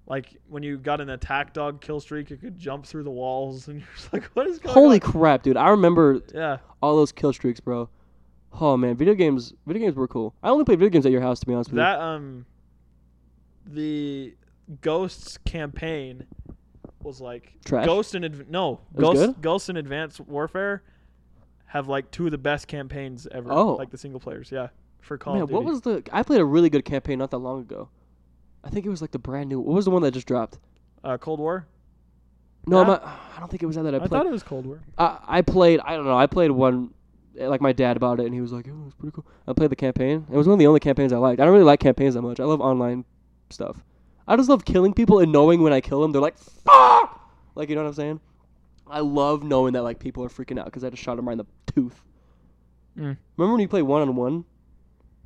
like when you got an attack dog kill streak, it could jump through the walls <laughs> and you're just like, what is going
Holy
on?
crap, dude! I remember
yeah,
all those kill streaks, bro. Oh man, video games, video games were cool. I only played video games at your house, to be honest with
that um, the Ghosts campaign was like
Trash?
Ghost and Adv- no
It was
Ghost
good?
Ghost and Advanced Warfare have like two of the best campaigns ever.
Oh.
like the single players, yeah. For
you.
Call
Man,
of Duty,
what was the? I played a really good campaign not that long ago. I think it was like the brand new. What was the one that just dropped?
uh, Cold War?
No, I'm
Yeah.
not, I don't think it was that I
I
played.
thought it was cold war.
I, I played. I don't know. I played one. eh, Like my dad bought it, and he was like, "Oh, it's pretty cool." I played the campaign. It was one of the only campaigns I liked. I don't really like campaigns that much. I love online stuff. I just love killing people and knowing when I kill them, they're like, "Fuck!" Like you know what I'm saying? I love knowing that like people are freaking out because I just shot him right in the tooth.
Mm.
Remember when you play one on one,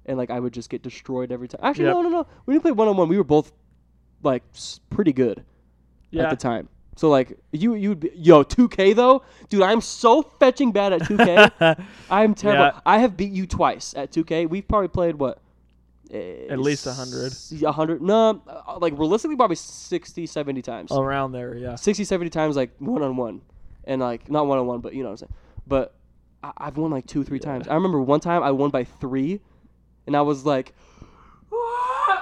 and like I would just get destroyed every time. Actually,
Yep.
no, no, no. When you played one on one, we were both like s- pretty good at
Yeah.
the time. So like you you would be, yo 2K though, dude. I'm so fetching bad at
<laughs>
2K. I'm terrible.
Yeah.
I have beat you twice at 2K. We've probably played what?
At least 100.
A hundred? No, uh, like realistically, probably 60, 70 times.
Around there, yeah.
60, 70 times, like one on one, and like not one on one, but you know what I'm saying. But I- I've won like two, three times. I remember one time I won by three, and I was like.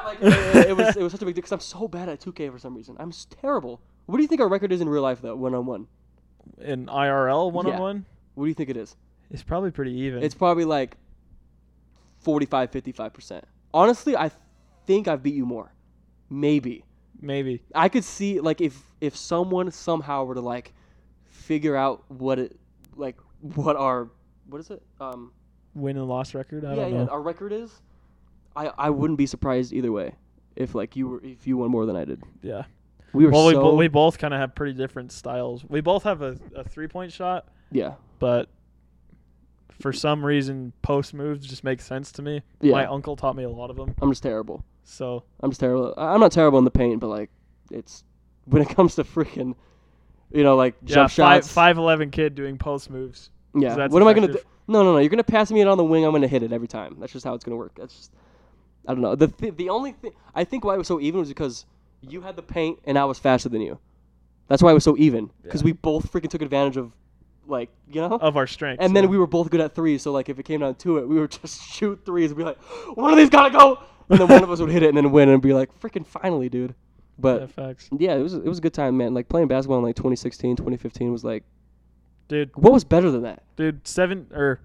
like it, it was it was such a big deal because I'm so bad at 2K for some reason. I'm s- terrible. What do you think our record is in real life though, one on one?
In IRL one on one,
What do you think it is?
it's probably pretty even.
It's probably like 45, 55%. Honestly, I think I've beat you more. Maybe.
Maybe.
I could see like if if someone somehow were to like figure out what it like <laughs> what our what is it? Um
Win and loss record? I
yeah,
don't
yeah,
know.
our record is I I wouldn't be surprised either way if like you were if you won more than I did.
Yeah.
We were
Well, we,
so
bo- we both kind of have pretty different styles. We both have a, a three point shot,
yeah.
but for some reason, post moves just make sense to me.
Yeah.
My uncle taught me a lot of them.
I'm just terrible.
So,
I'm just terrible. I- I'm not terrible in the paint, but like it's <laughs> when it comes to freaking, you know, like
yeah,
jump
five
shots.
five eleven kid doing post moves.
yeah.
so that's
what am I gonna do?
effective.
No, no, no. You're gonna pass me it on the wing. I'm gonna hit it every time. That's just how it's gonna work. That's just. I don't know. The th- the only thing I think why it was so even was because you had the paint and I was faster than you. That's why it was so even because we both freaking took advantage of, like you know.
Of our strength.
and then we were both good at threes, so like if it came down to it, we would <laughs> just shoot threes and be like, one of these gotta go, and then one of us would hit it and then win and be like, freaking finally, dude. But
facts.
yeah, it was it was a good time, man. Like playing basketball in like 2016, 2015 was like
Dude,
what was better than that?
dude, seven or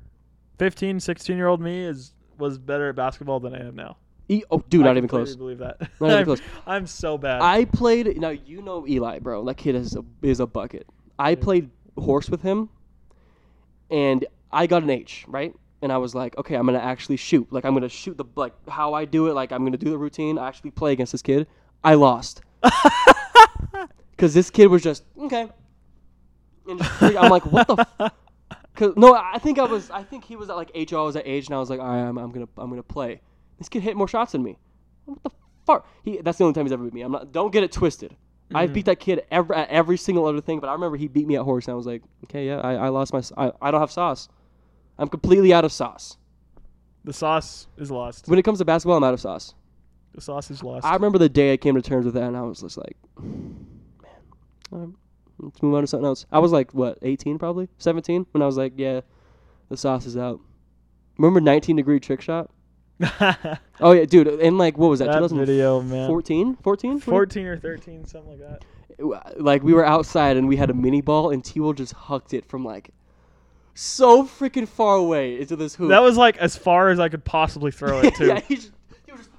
15, 16 year old me is was better at basketball than I am now.
E- oh, dude,
I
not even
completely
close.
Believe that.
Not even
<laughs> I'm-
close.
I'm so bad.
I played now you know Eli, bro. That kid is a is a bucket. I played horse with him, and I got an H right, and I was like, okay, I'm gonna actually shoot. Like I'm gonna shoot the like how I do it. Like I'm gonna do the routine. I actually play against this kid. I lost because this kid was just okay. And just, freak- I'm like, what the. F-? Cause no, I think I was. I think he was at like age. I was at age, and I was like, all right, I'm, I'm gonna, I'm gonna play. This kid hit more shots than me. What the fuck? He. That's the only time he's ever beat me. I'm not. Don't get it twisted.
Mm-hmm.
I've beat that kid ever at every single other thing, but I remember he beat me at horse, and I was like, okay, yeah, I, I lost my. s- I, I don't have sauce. I'm completely out of sauce.
the sauce is lost.
When it comes to basketball, I'm out of sauce.
The sauce is lost. <laughs>
I remember the day I came to terms with that, and I was just like, man, all right, let's move on to something else. I was like, what, 18 probably? 17? When I was like, yeah, the sauce is out. Remember 19 degree trick shot?
that
Oh, yeah, dude. And like, what was that?
video, man.
2014? 14?
14 or 13, something like that.
Like, we were outside and we had a mini ball, and T Will just hucked it from like so freaking far away into this <laughs> hoop.
That was like as far as I could possibly throw it, too.
<laughs> yeah, he just, he was just,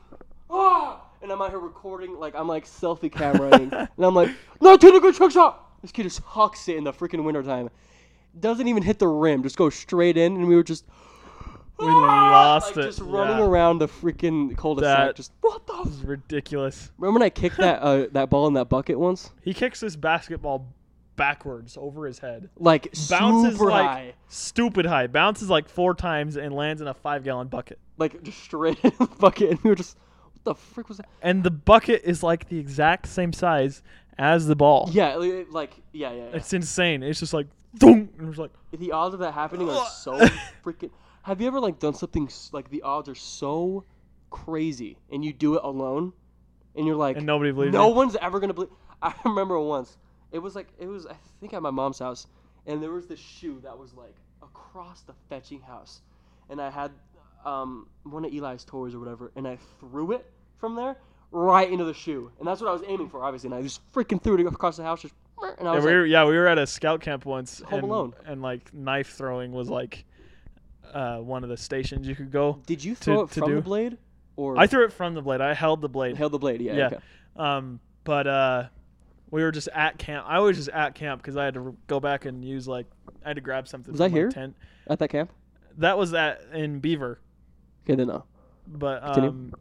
ah! And I'm out here recording, like, I'm like
<laughs>
selfie cameraing. and I'm like, no, take a good trick shot! This kid just hucks it in the freaking wintertime. Doesn't even hit the rim, just goes straight in, and we were just.
We
"Ah!"
lost
like,
it.
Just running
Yeah.
around the freaking cul de sac.
That-
Just, what the?
It
F-?
was ridiculous.
Remember when I kicked that, uh, that ball in that bucket once?
He kicks this basketball backwards over his head.
Like,
Bounces
super
like
high.
stupid high. Bounces like four times and lands in a five gallon bucket.
Like, just straight <laughs> in the bucket, and we were just. What the frick was that?
And the bucket is like the exact same size as the ball.
Yeah, li- like, yeah, yeah, yeah.
It's insane. It's just like, thunk, and it was like,
the odds of that happening are
Ugh.
so freaking. Have you ever like done something s- like the odds are so crazy and you do it alone, and you're like,
and nobody believes
no
you.
one's ever gonna believe. <laughs> I remember once it was like it was I think at my mom's house, and there was this shoe that was like across the fetching house, and I had um one of Eli's toys or whatever, and I threw it from there right into the shoe, and that's what I was aiming for, obviously, and I just freaking threw it across the house, just and I
Yeah,
was
we
like,
were, yeah, we were at a scout camp once.
Home
and,
Alone.
And like knife throwing was like uh, one of the stations you could go.
did you throw it
to
from the
do.
blade? Or
I threw it from the blade. I held the blade.
Hail the Blade, yeah.
Yeah.
okay.
Um, but uh, we were just at camp. I was just at camp because I had to go back and use like I had to grab something.
Was
from
I
my
here?
Tent.
at that camp.
That was at in Beaver,
Okay, then uh, no.
but
Continue.
um,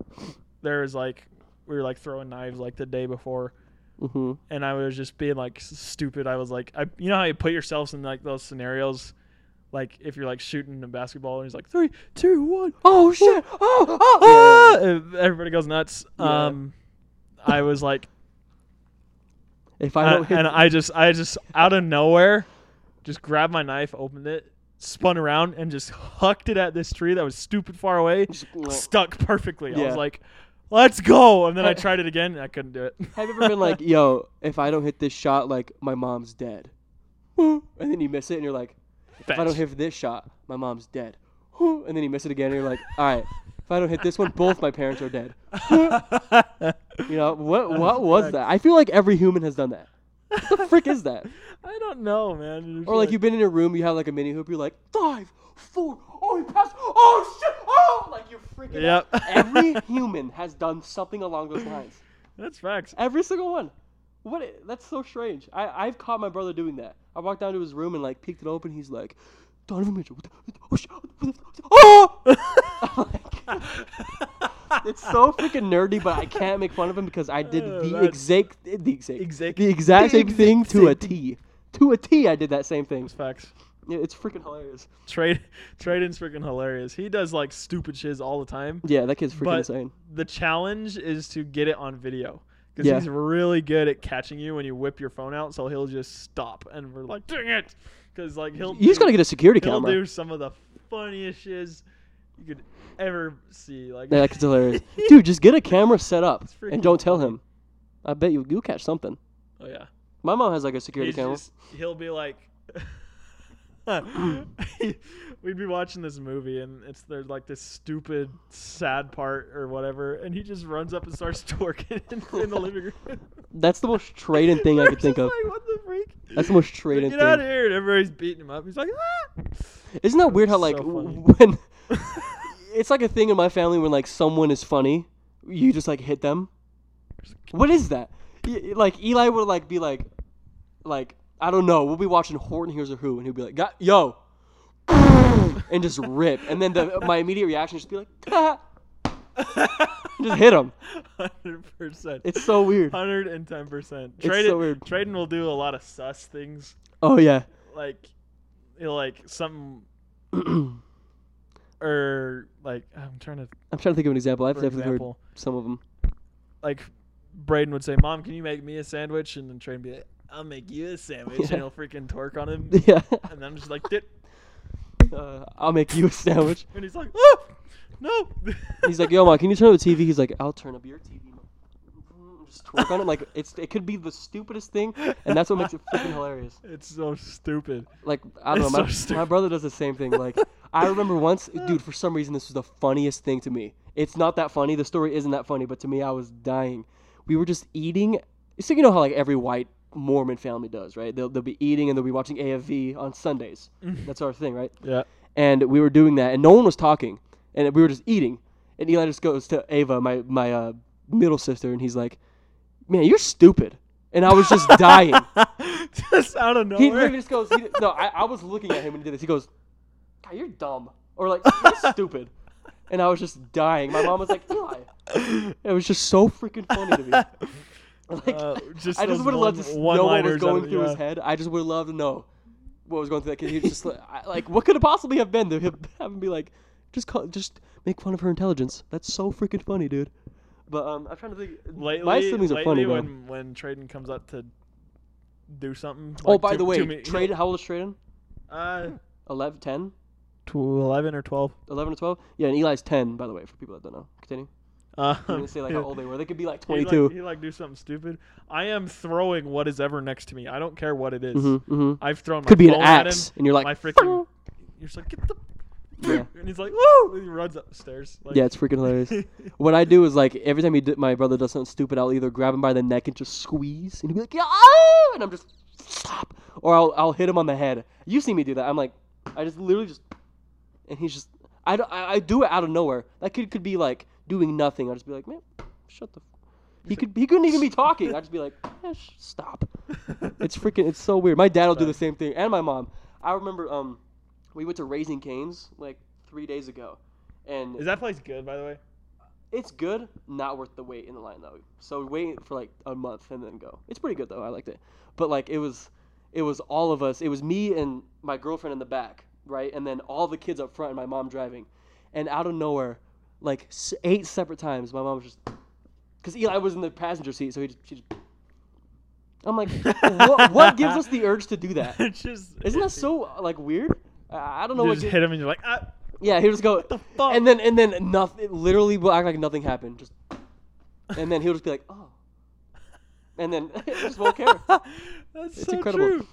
there was like we were like throwing knives like the day before,
Mm-hmm.
and I was just being like s- stupid. I was like, I you know how you put yourselves in like those scenarios, like if you're like shooting a basketball and he's like three, two, one,
Oh shit! Oh oh
ah! and everybody goes nuts.
Yeah.
Um, I was like,
If Uh, I don't
and-
hit,
Uh, and I just, I just out of nowhere, just grabbed my knife, opened it, spun around, and just hucked it at this tree that was stupid far away. Stuck perfectly. I
Yeah.
was like, "Let's go!" And then I tried it again, and I couldn't do it.
<laughs> have you ever
<laughs>
been like, yo, if I don't hit this shot, like my mom's dead, and then you miss it, and you're like, if I don't
Fetch.
hit this shot, my mom's dead, and then you miss it again, and you're like, all right, if I don't hit this one, both my parents are dead. You know what? What was that? I feel like every human has done that. What the frick is that?
<laughs> I don't know, man. It's
Or like you've been in a room, you have like a mini hoop, you're like five, four, oh he passed, oh shit, oh like you're freaking out.
Yep. <laughs>
Every human has done something along those lines.
That's facts.
Every single one. What? i- That's so strange. I I've caught my brother doing that. I walked down to his room and like peeked it open. He's like, Donovan Mitchell. what the- what the- oh, shit, what the- what the- oh! I'm
<laughs>
like, <laughs> it's so freaking nerdy, but I can't make fun of him because I did
Oh,
the
that's-
exact the exact
Exact-
the
<laughs>
exact
the
same thing
exact
to a
same
T. To a T, I did that same thing.
It's facts.
Yeah, It's freaking hilarious.
Trade, <laughs> Traden's freaking hilarious. He does like stupid shiz all the time.
Yeah, that kid's freaking
But-
insane.
The challenge is to get it on video because
Yeah.
he's really good at catching you when you whip your phone out. So he'll just stop, and we're like, "Dang it!" Because like he'll
You just
do-
gotta get a security
he'll
camera.
do some of the funniest shiz you could ever see. Like
Yeah, That kid's hilarious, dude. Just get a camera set up
It's freaking
and don't tell him. I bet you you'll catch something.
<laughs> oh yeah.
My mom has like a security
He's
camera.
just- he'll be
<laughs>
like, <laughs> we'd be watching this movie, and it's there's like this stupid sad part or whatever, and he just runs up and starts <laughs> twerking in, in the living room.
That's the most trading thing I
We're
could
<laughs>
think
just
of.
Like, what the freak?
That's
<laughs>
the most
Like,
trading
Get out of
thing.
here! And everybody's beating him up. He's like, ah!
Isn't that weird how
so
like
funny.
when it's like a thing in my family when like someone is funny, you just like hit them. What is that? Y- y- Like Eli would like be like, like I don't know. We'll be watching Horton Hears a Who, and he'll be like, "Got- "Yo," <laughs> and just rip. And then the, my immediate reaction is just be like, <laughs> "Ha." just hit him.
<laughs> Hundred percent.
It's so weird.
hundred and ten percent.
It's so weird.
Trading will do a lot of sus things,
Oh yeah.
like, he'll, like <clears throat> something, or like I'm trying to
I'm trying to think of an example. I've
For
definitely
example.
heard some of them.
like Braden would say, "Mom, can you make me a sandwich?" And then Traden be like, "I'll make you a sandwich,"
Yeah.
and he'll freaking twerk on <laughs> him,
<laughs> Yeah.
and I'm just like, "Dip,"
Uh, I'll make you a sandwich.
and he's like, "Oh, no."
He's like, "Yo, mom, can you turn up the TV?" He's like, "I'll turn up your TV." Mom." <laughs> Just twerk on it. Like it's it could be the stupidest thing, and that's what makes it freaking hilarious.
<laughs> "It's so stupid."
Like I don't
It's
know,
so
my, my
stupid.
brother does the same thing. Like I remember
<laughs>
once, dude, for some reason this was the funniest thing to me. It's not that funny. The story isn't that funny, but to me, I was dying. We were just eating. So you know how like every white Mormon family does, right? They'll they'll be eating and they'll be watching AFV on Sundays.
Mm-hmm.
that's our thing, right?
Yeah.
and we were doing that, and no one was talking, and we were just eating. And Eli just goes to Ava, my my uh, middle sister, and he's like, "Man, you're stupid." And I
<laughs>
was just dying.
just out of
he
nowhere.
literally just goes, he, "No, I, I was looking at him and he did this." He goes, "God, you're dumb," or like,
<laughs>
"You're stupid," and I was just dying. My mom was like, "Eli," it was just so freaking funny
<laughs>
to me. Like,
Uh, just
I just
those
would have loved to s-
one-
know what was
one-liners out
going
of-
through his
yeah.
head. I just would have loved to know what was going through that kid. He was just like, I- like, what could it possibly have been to him? Have him be like, just call, just make fun of her intelligence. That's so freaking funny, dude. But um, I'm trying to think.
Lately,
my siblings are
lately
funny, though.
when when Traden comes up to do something.
Oh,
like,
by
to-
the
to
way,
me-
trade. How old is Traden?
Uh,
11, 10,
tw- eleven or twelve.
11 or 12? Yeah, and Eli's 10, by the way, for people that don't know. Continue.
Uh,
I'm going
<laughs>
to say like how old they were. They could be like
He like-
22.
He like, do something stupid. I am throwing what is ever next to me. I don't care what it is.
mm-hmm, mm-hmm.
I've thrown my
Could be an
phone at him,
axe, and you're like,
my freaking. You're just like get the.
<laughs> Yeah.
<laughs> And he's like, woo! And he runs up the stairs. Like, <laughs>
Yeah, it's <laughs> freaking hilarious. what I do is like every time he d- my brother does something stupid, I'll either grab him by the neck and just squeeze, and he'll be like, "Ah!" and I'm just stop, or I'll I'll hit him on the head. You see me do that? I'm like, I just literally just, and he's just, I do I, I do it out of nowhere. That kid could be like doing nothing. I'll just be like, man, shut the. f-" He could he couldn't even be talking. I'd just be like, eh, sh- stop. It's freaking it's so weird. My dad will do the same thing, and my mom. I remember um, we went to Raising Canes like three days ago, and
Is that place good, by the way? <laughs>
it's good, not worth the wait in the line though. So wait for like a month and then go. It's pretty good though. I liked it. But like it was, it was all of us. It was me and my girlfriend in the back, right, and then all the kids up front and my mom driving, and out of nowhere, like s- eight separate times, my mom was just, because Eli was in the passenger seat, so he just, she just I'm like, what, what gives us the urge to
<laughs>
do that?
it's just
Isn't that so like weird? I I don't know
You
what.
just
gi-
hit him and you're like, ah. <laughs>
yeah, he would just go. What
the fuck?
And then and then nothing. Literally, will act like nothing happened. Just and then he'll just be like, oh. And then <laughs> just
<laughs>
won't care. Uh,
That's
It's
so
incredible.
true.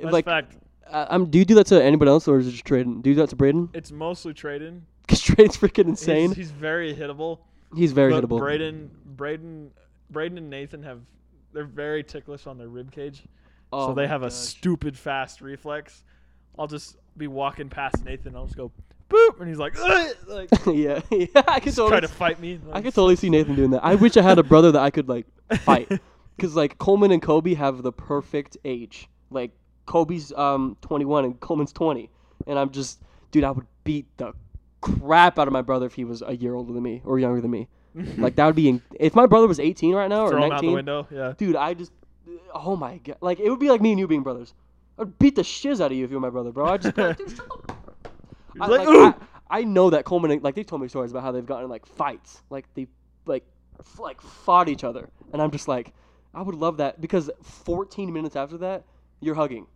That's
like,
fact.
I, I'm. um, Do you do that to anybody else, or is it just Traden? Do you do that to Braden? <laughs>
It's mostly Traden.
Because Traden's freaking
He's,
insane. He's,
he's very hittable.
very
But
hittable.
Braden, Braden, Braden, and Nathan have they're very ticklish on their rib cage,
Oh
so they
my
have a
gosh.
stupid fast reflex. I'll just be walking past Nathan. I'll just go boop, and he's like, "Ugh," like
<laughs> yeah, <laughs> yeah. I could
try
totally.
to fight me.
Oh, I could totally see Nathan doing that. I wish I had a brother that I could like fight.
<laughs>
Because like Coleman and Kobe have the perfect age. Like Kobe's um 21 and Coleman's 20, and I'm just dude, I would beat the crap out of my brother if he was a year older than me or younger
<laughs>
than me. like that would be in- if my brother was 18 right now
throw
or
him out the
19.
window. Yeah,
Dude, I just oh my god, like it would be like me and you being brothers. I'd beat the shiz out of you if you were my brother, bro. I just
<laughs>
be like, dude, shut the I,
Like,
like,
"Ooh!"
I, I know that Coleman like they've told me stories about how they've gotten in, like fights, like they like f- like fought each other, and I'm just like, I would love that because 14 minutes after that, you're hugging,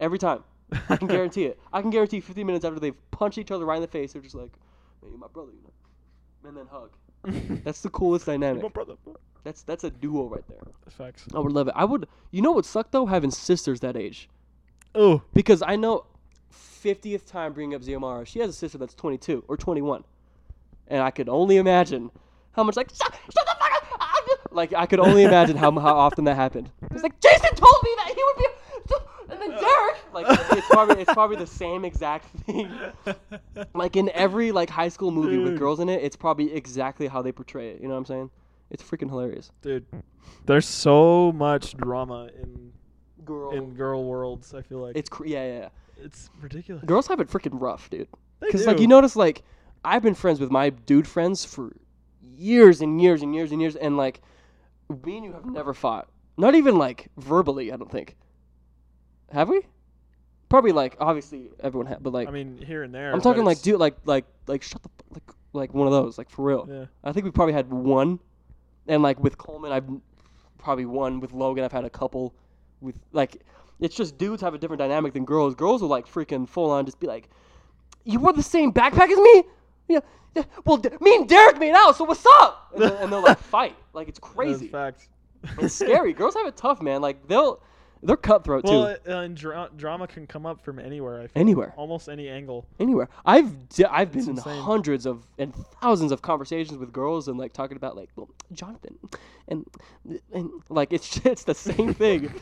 every time. I can guarantee it. I can guarantee 15 minutes after they've punched each other right in the face, they're just like, "Man, you're my brother," you know, and then hug. That's the coolest dynamic.
my brother.
That's that's a duo right there.
Facts.
I would love it. I would. You know what sucked though, having sisters that age
Oh,
because I know 50th time bringing up Ziomara, she has a sister that's 22 or 21, and I could only imagine how much like shut, shut the fuck up. I'm just-" Like I could only imagine how how often that happened. It's like Jason told me that he would be, and then Derek. Like it's probably it's probably the same exact thing. Like in every like high school movie with
Dude.
girls in it, it's probably exactly how they portray it. You know what I'm saying? It's freaking hilarious.
<laughs> dude, there's so much drama in
Girl,
in girl worlds. I feel like
it's cr- yeah yeah. yeah.
it's ridiculous.
Girls have it freaking rough, dude.
They
Because like
do.
you notice like I've been friends with my dude friends for years and years and years and years, and like me and you have never fought. Not even like verbally, I don't think. Have we? Probably like obviously everyone had, but like
I mean, here and there.
I'm
but
talking like
it's-
dude, like like like shut the fu- like like one of those like for real.
Yeah.
I think we probably had one, and like with Coleman, I've probably one with Logan. I've had a couple with like it's just dudes have a different dynamic than girls. Girls will like freaking full on just be like, "You wore the same backpack as me." Yeah. yeah, Well, D- me and Derek made out, so what's up? And, they'll- and
<laughs>
they'll like fight. Like it's
That's
crazy.
facts.
It's scary. girls have it tough, man. Like they'll they're cutthroat too.
Well, uh, and dra- drama can come up from anywhere. I feel.
Anywhere.
almost any angle.
anywhere. I've d- I've been in
insane.
hundreds of and thousands of conversations with girls and like talking about like well, Jonathan, and and like it's <laughs> it's the same thing.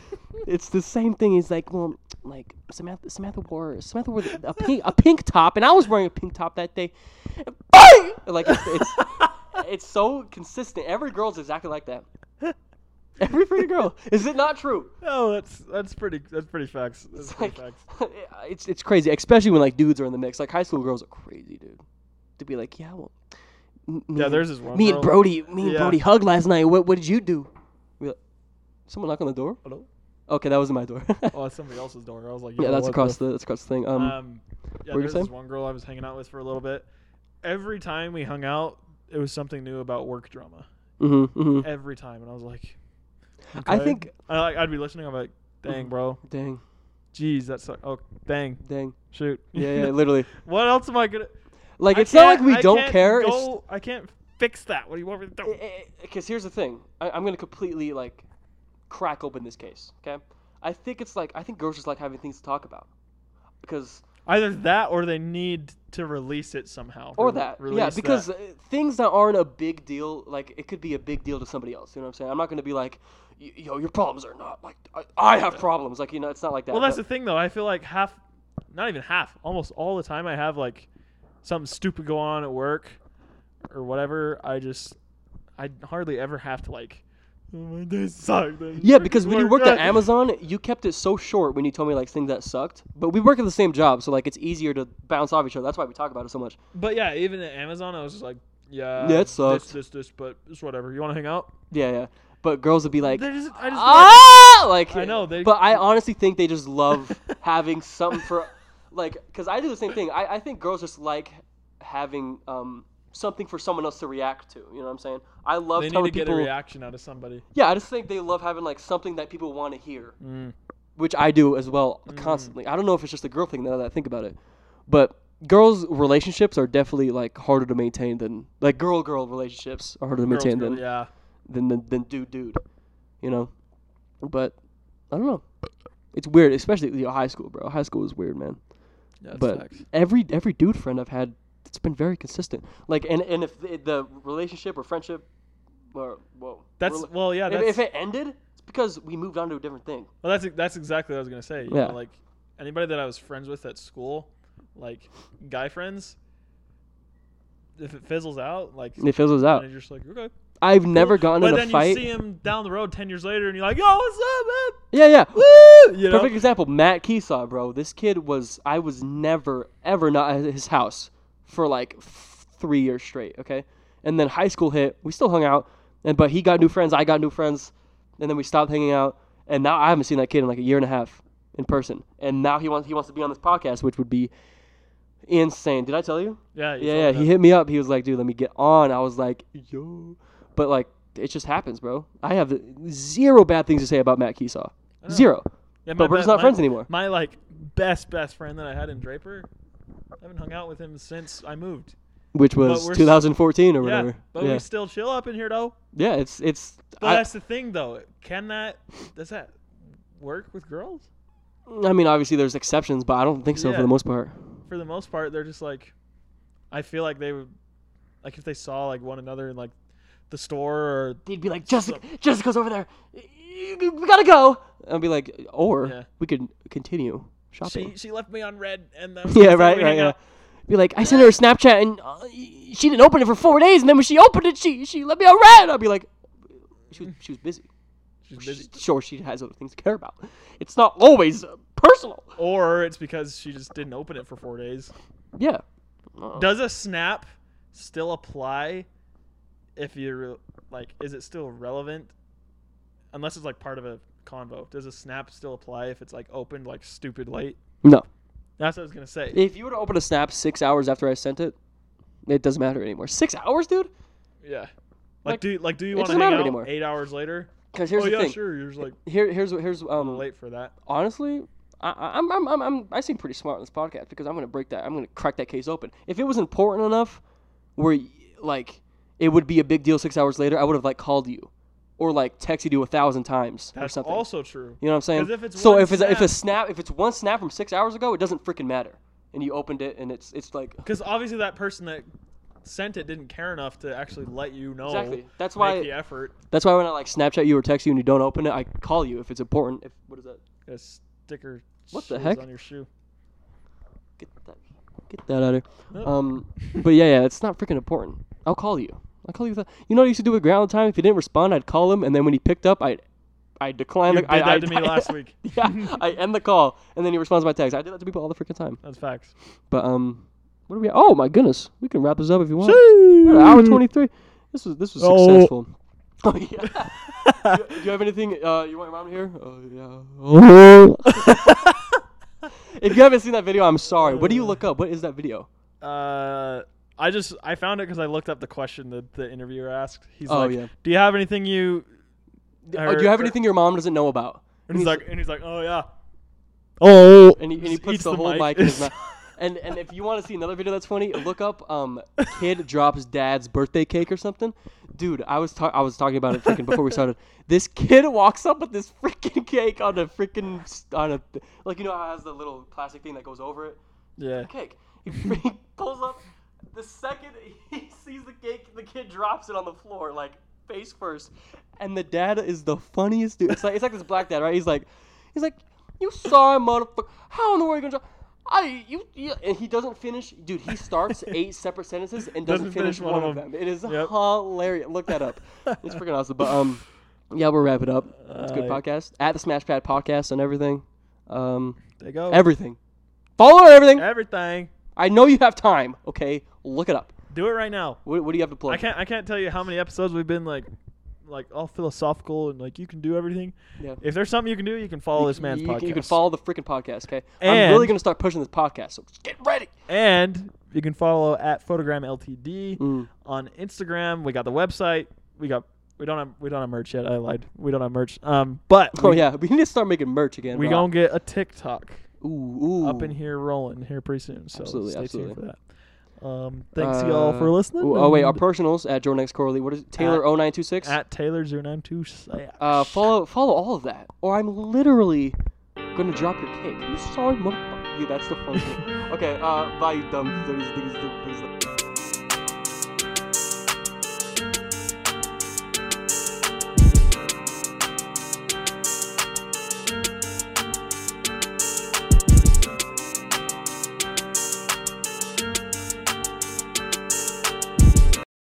it's the same thing. He's like well like Samantha Samantha wore Samantha wore a pink a pink top and I was wearing a pink top that day. Bang! Like it's, it's it's so consistent. Every girl's exactly like that. Every freaking girl. Is it not true?
Oh, that's that's pretty that's pretty facts. That's
It's
pretty
like
facts.
<laughs> it's it's crazy, especially when like dudes are in the mix. Like high school girls are crazy, dude. To be like, yeah, well, m- me
Yeah,
and-
there's this one.
me
girl-
and Brody, me and
Yeah.
Brody hugged last night. What what did you do? We like, someone knock on the door.
Hello?
Okay, that wasn't
<laughs>
my door. <laughs>
Oh, that's somebody else's door. I was like,
yeah,
yo,
that's
what
across the that's across the thing. Um,
Um, yeah,
were you
there's this
saying?
one girl I was hanging out with for a little bit. Every time we hung out, it was something new about work drama.
hmm hmm
Every time, and I was like,
I
okay.
think. Mm-hmm.
I like I'd be listening. I'm like, dang, bro,
Dang,
jeez, that's oh, dang,
dang.
shoot.
Yeah, yeah, literally.
<laughs> what else am I gonna?
Like
I
it's not like
can't-
we
I
don't
can't
care. it's Eh.
go- I can't fix that. What do you want me to do?
because here's the thing I, i'm gonna completely like crack open this case okay i think it's like i think girls just like having things to talk about because
Either that or they need to release it somehow.
or
Re-
that yeah
release
because
that.
uh, things that aren't a big deal like it could be a big deal to somebody else you know what i'm saying i'm not gonna be like "Y- yo your problems are not like i, I have problems like you know it's not like that
Well, that's
but-
the thing though. I feel like half, not even half, almost all the time I have like something stupid go on at work or whatever. I just, I hardly ever have to like "Oh, my days suck. They
Yeah,
freaking
because when you
work. <laughs>
worked at Amazon, you kept it so short when you told me like things that sucked. But we work at the same job, so like it's easier to bounce off each other. That's why we talk about it so much.
But yeah, even at Amazon, I was just like, yeah,
Yeah, it
This,
sucked.
this, this, but it's whatever. You want to hang out?
Yeah, yeah. But girls would be like,
They just- I just
ah, like
I know, they-
But I honestly think they just love <laughs> having something for, like, because I do the same thing. I, I think girls just like having um something for someone else to react to. You know what I'm saying? I love
they need to
telling
get
people.
a reaction out of somebody.
yeah, I just think they love having like something that people want to hear.
Mm.
which I do as well constantly. I don't know if it's just a girl thing now that I think about it, but girls' relationships are definitely like harder to maintain than like girl girl relationships are harder to
Girls
maintain
really-
than,
yeah.
than than than dude dude, you know. But I don't know. It's weird, especially you know, high school, bro. High school is weird, man.
yeah it
but
sucks.
every every dude friend I've had, it's been very consistent. Like, and and if the, the relationship or friendship, or whoa,
that's
rela-
well, yeah.
if,
That's,
if it ended, it's because we moved on to a different thing.
Well, that's that's exactly what I was gonna say. You
Yeah.
know, like anybody that I was friends with at school, like guy friends, if it fizzles out, like
And it fills us out.
and you're just like okay.
I've never
cool.
gotten
but
in
then
a fight.
you see him down the road ten years later, and you're like, yo, what's up,
yeah, yeah.
man? You know?
Perfect example, Matt Keesaw, bro. This kid was I was never ever not at his house for like f- three years straight. Okay, and then high school hit. We still hung out, and but he got new friends. I got new friends, and then we stopped hanging out. And now I haven't seen that kid in like a year and a half in person. And now he wants he wants to be on this podcast, which would be insane. Did I tell you?
Yeah, you
yeah, yeah.
told
He
me
hit me up. He was like, "Dude, let me get on." I was like, "Yo," but like, it just happens, bro. I have zero bad things to say about Matt Keesaw.
know.
Zero.
that. Yeah,
but
my
we're
be-
just not
my-
friends anymore.
My like best best friend that I had in Draper, I haven't hung out with him since I moved.
Which was
we're s-
2014 or whatever.
Yeah, but
yeah.
we still chill up in here though.
Yeah, it's it's.
But
I,
that's the thing though. Can that does that work with girls?
I mean, obviously there's exceptions, but I don't think so for
Yeah.
the most part.
for the most part, they're just like, I feel like they would, like if they saw like one another in like the store or
They'd be like, "Jessica, Jessica's over there. We gotta go." I'd be like, "Or
Yeah.
we could continue shopping."
she she left me on red and
<laughs>
then
yeah, right, right, yeah. Be like, I sent her a Snapchat and uh, she didn't open it for four days, and then when she opened it, she she let me out red. I'll be like, she was, she was busy.
She's
She's-
busy.
Sure, she has other things to care about. It's not always uh, personal.
Or it's because she just didn't open it for four days.
Yeah. Uh,
Does a snap still apply if you're like, is it still relevant? Unless it's like part of a convo. Does a snap still apply if it's like opened like stupid late?
no.
That's what I was gonna say.
If you were to open a snap six hours after I sent it, it doesn't matter anymore. Six hours, dude?
yeah.
Like,
Like, do do like do you
it
want to
doesn't
hang
matter
out
anymore.
eight hours later?
Because here's
oh
the
yeah,
thing.
sure. You're just like
Here, here's here's
I'm
um.
late for that.
honestly, I, I- I'm, I'm, I'm, I'm, I seem pretty smart on this podcast because I'm gonna break that. I'm gonna crack that case open. If it was important enough, where y- like it would be a big deal six hours later, I would have like called you, or like texted you a thousand times or
That's
something.
also true.
you know what I'm saying?
'Cause if it's
so
one
if it's if a snap if it's one snap from six hours ago, it doesn't freaking matter. And you opened it, and it's it's like
Because obviously that person that sent it didn't care enough to actually let you know.
Exactly. That's
make
why-
the effort.
that's why when I like Snapchat you or text you and you don't open it, I call you if it's important. If what is that?
A sticker.
What the
shiz
heck?
On your shoe.
<laughs> Get that, get that out of here.
Nope.
Um, but yeah, yeah, it's not freaking important. I'll call you. I'll call you. With a, you know what I used to do with ground time? If he didn't respond, I'd call him, and then when he picked up, I'd, I'd decline.
You
the,
did
I,
that
I-
to me
<laughs> I-
last week.
yeah,
<laughs>
I end the call, and then he responds to my text. I did that to people all the freaking time.
That's facts.
But um, what are we? Oh my goodness, we can wrap this up if you want. We're at hour twenty three. This was this was
Hmm. Oh.
successful. Oh yeah. <laughs> do, you, do you have anything uh, you want your mom to hear? Oh yeah. <laughs> if you haven't seen that video, I'm sorry. What do you look up? What is that video?
Uh, I just I found it because I looked up the question that the interviewer asked. He's
Oh,
like,
yeah.
"Do you have anything you?"
Oh, do you have anything your mom doesn't know about?
And he's
he's-
like, and he's like, "Oh yeah." Oh.
And he, and he
Just
puts
eats
the,
the
whole mic,
mic. <laughs>
in his mouth. And and if you want to see another video that's funny, look up um kid drops dad's birthday cake or something. Dude, I was ta- I was talking about it freaking before we started. This kid walks up with this freaking cake on a freaking s- on a like you know how it has the little plastic thing that goes over it.
Yeah.
Cake. He, <laughs> he pulls up. The second <laughs> he sees the cake, the kid drops it on the floor like face first, and the dad is the funniest dude. It's like it's like this black dad, right? He's like, he's like, you sorry motherfucker. How in the world are you gonna? Drop? I you, you and he doesn't finish. Dude, he <laughs> starts eight separate sentences and doesn't, finish, one, of them. It is
Yep.
<laughs> hilarious. Look that up. It's freaking awesome. But um, Yeah, we'll wrap it up. It's a good
Uh,
podcast. At the Smash Pad Podcast on everything. Um,
They go
everything. Follow on everything.
everything.
I know you have time. Okay, look it up.
Do it right now.
What, what do you have to play?
I can't. I can't tell you how many episodes we've been like, like all philosophical and like you can do everything.
Yeah.
If there's something you can do, you can follow this man's
you,
podcast.
can- you can follow the freaking podcast. Okay, I'm
And-
really gonna start pushing this podcast. So just get ready.
and you can follow at Photogram Ltd
Mm.
on Instagram. We got the website. We got. We don't have. We don't have merch yet. I lied. We don't have merch. Um, but
<laughs> Oh
we,
yeah, we need to start making merch again.
we
bro.
gonna get a TikTok
ooh, ooh.
up in here rolling here pretty soon. So
Absolutely,
stay
absolutely.
tuned for that. Um, thanks y'all for
Uh,
listening.
ooh, oh wait, our
and
personals at Jordan X Corley. What is it? Taylor
At-
0926.
at Taylor 092
Uh, follow follow all of that, or I'm literally gonna drop your
<laughs>
cake. You sorry, motherfucker. Yeah, that's the funny thing. Okay, uh, bye, you dumb. 30s, 30s, 30s.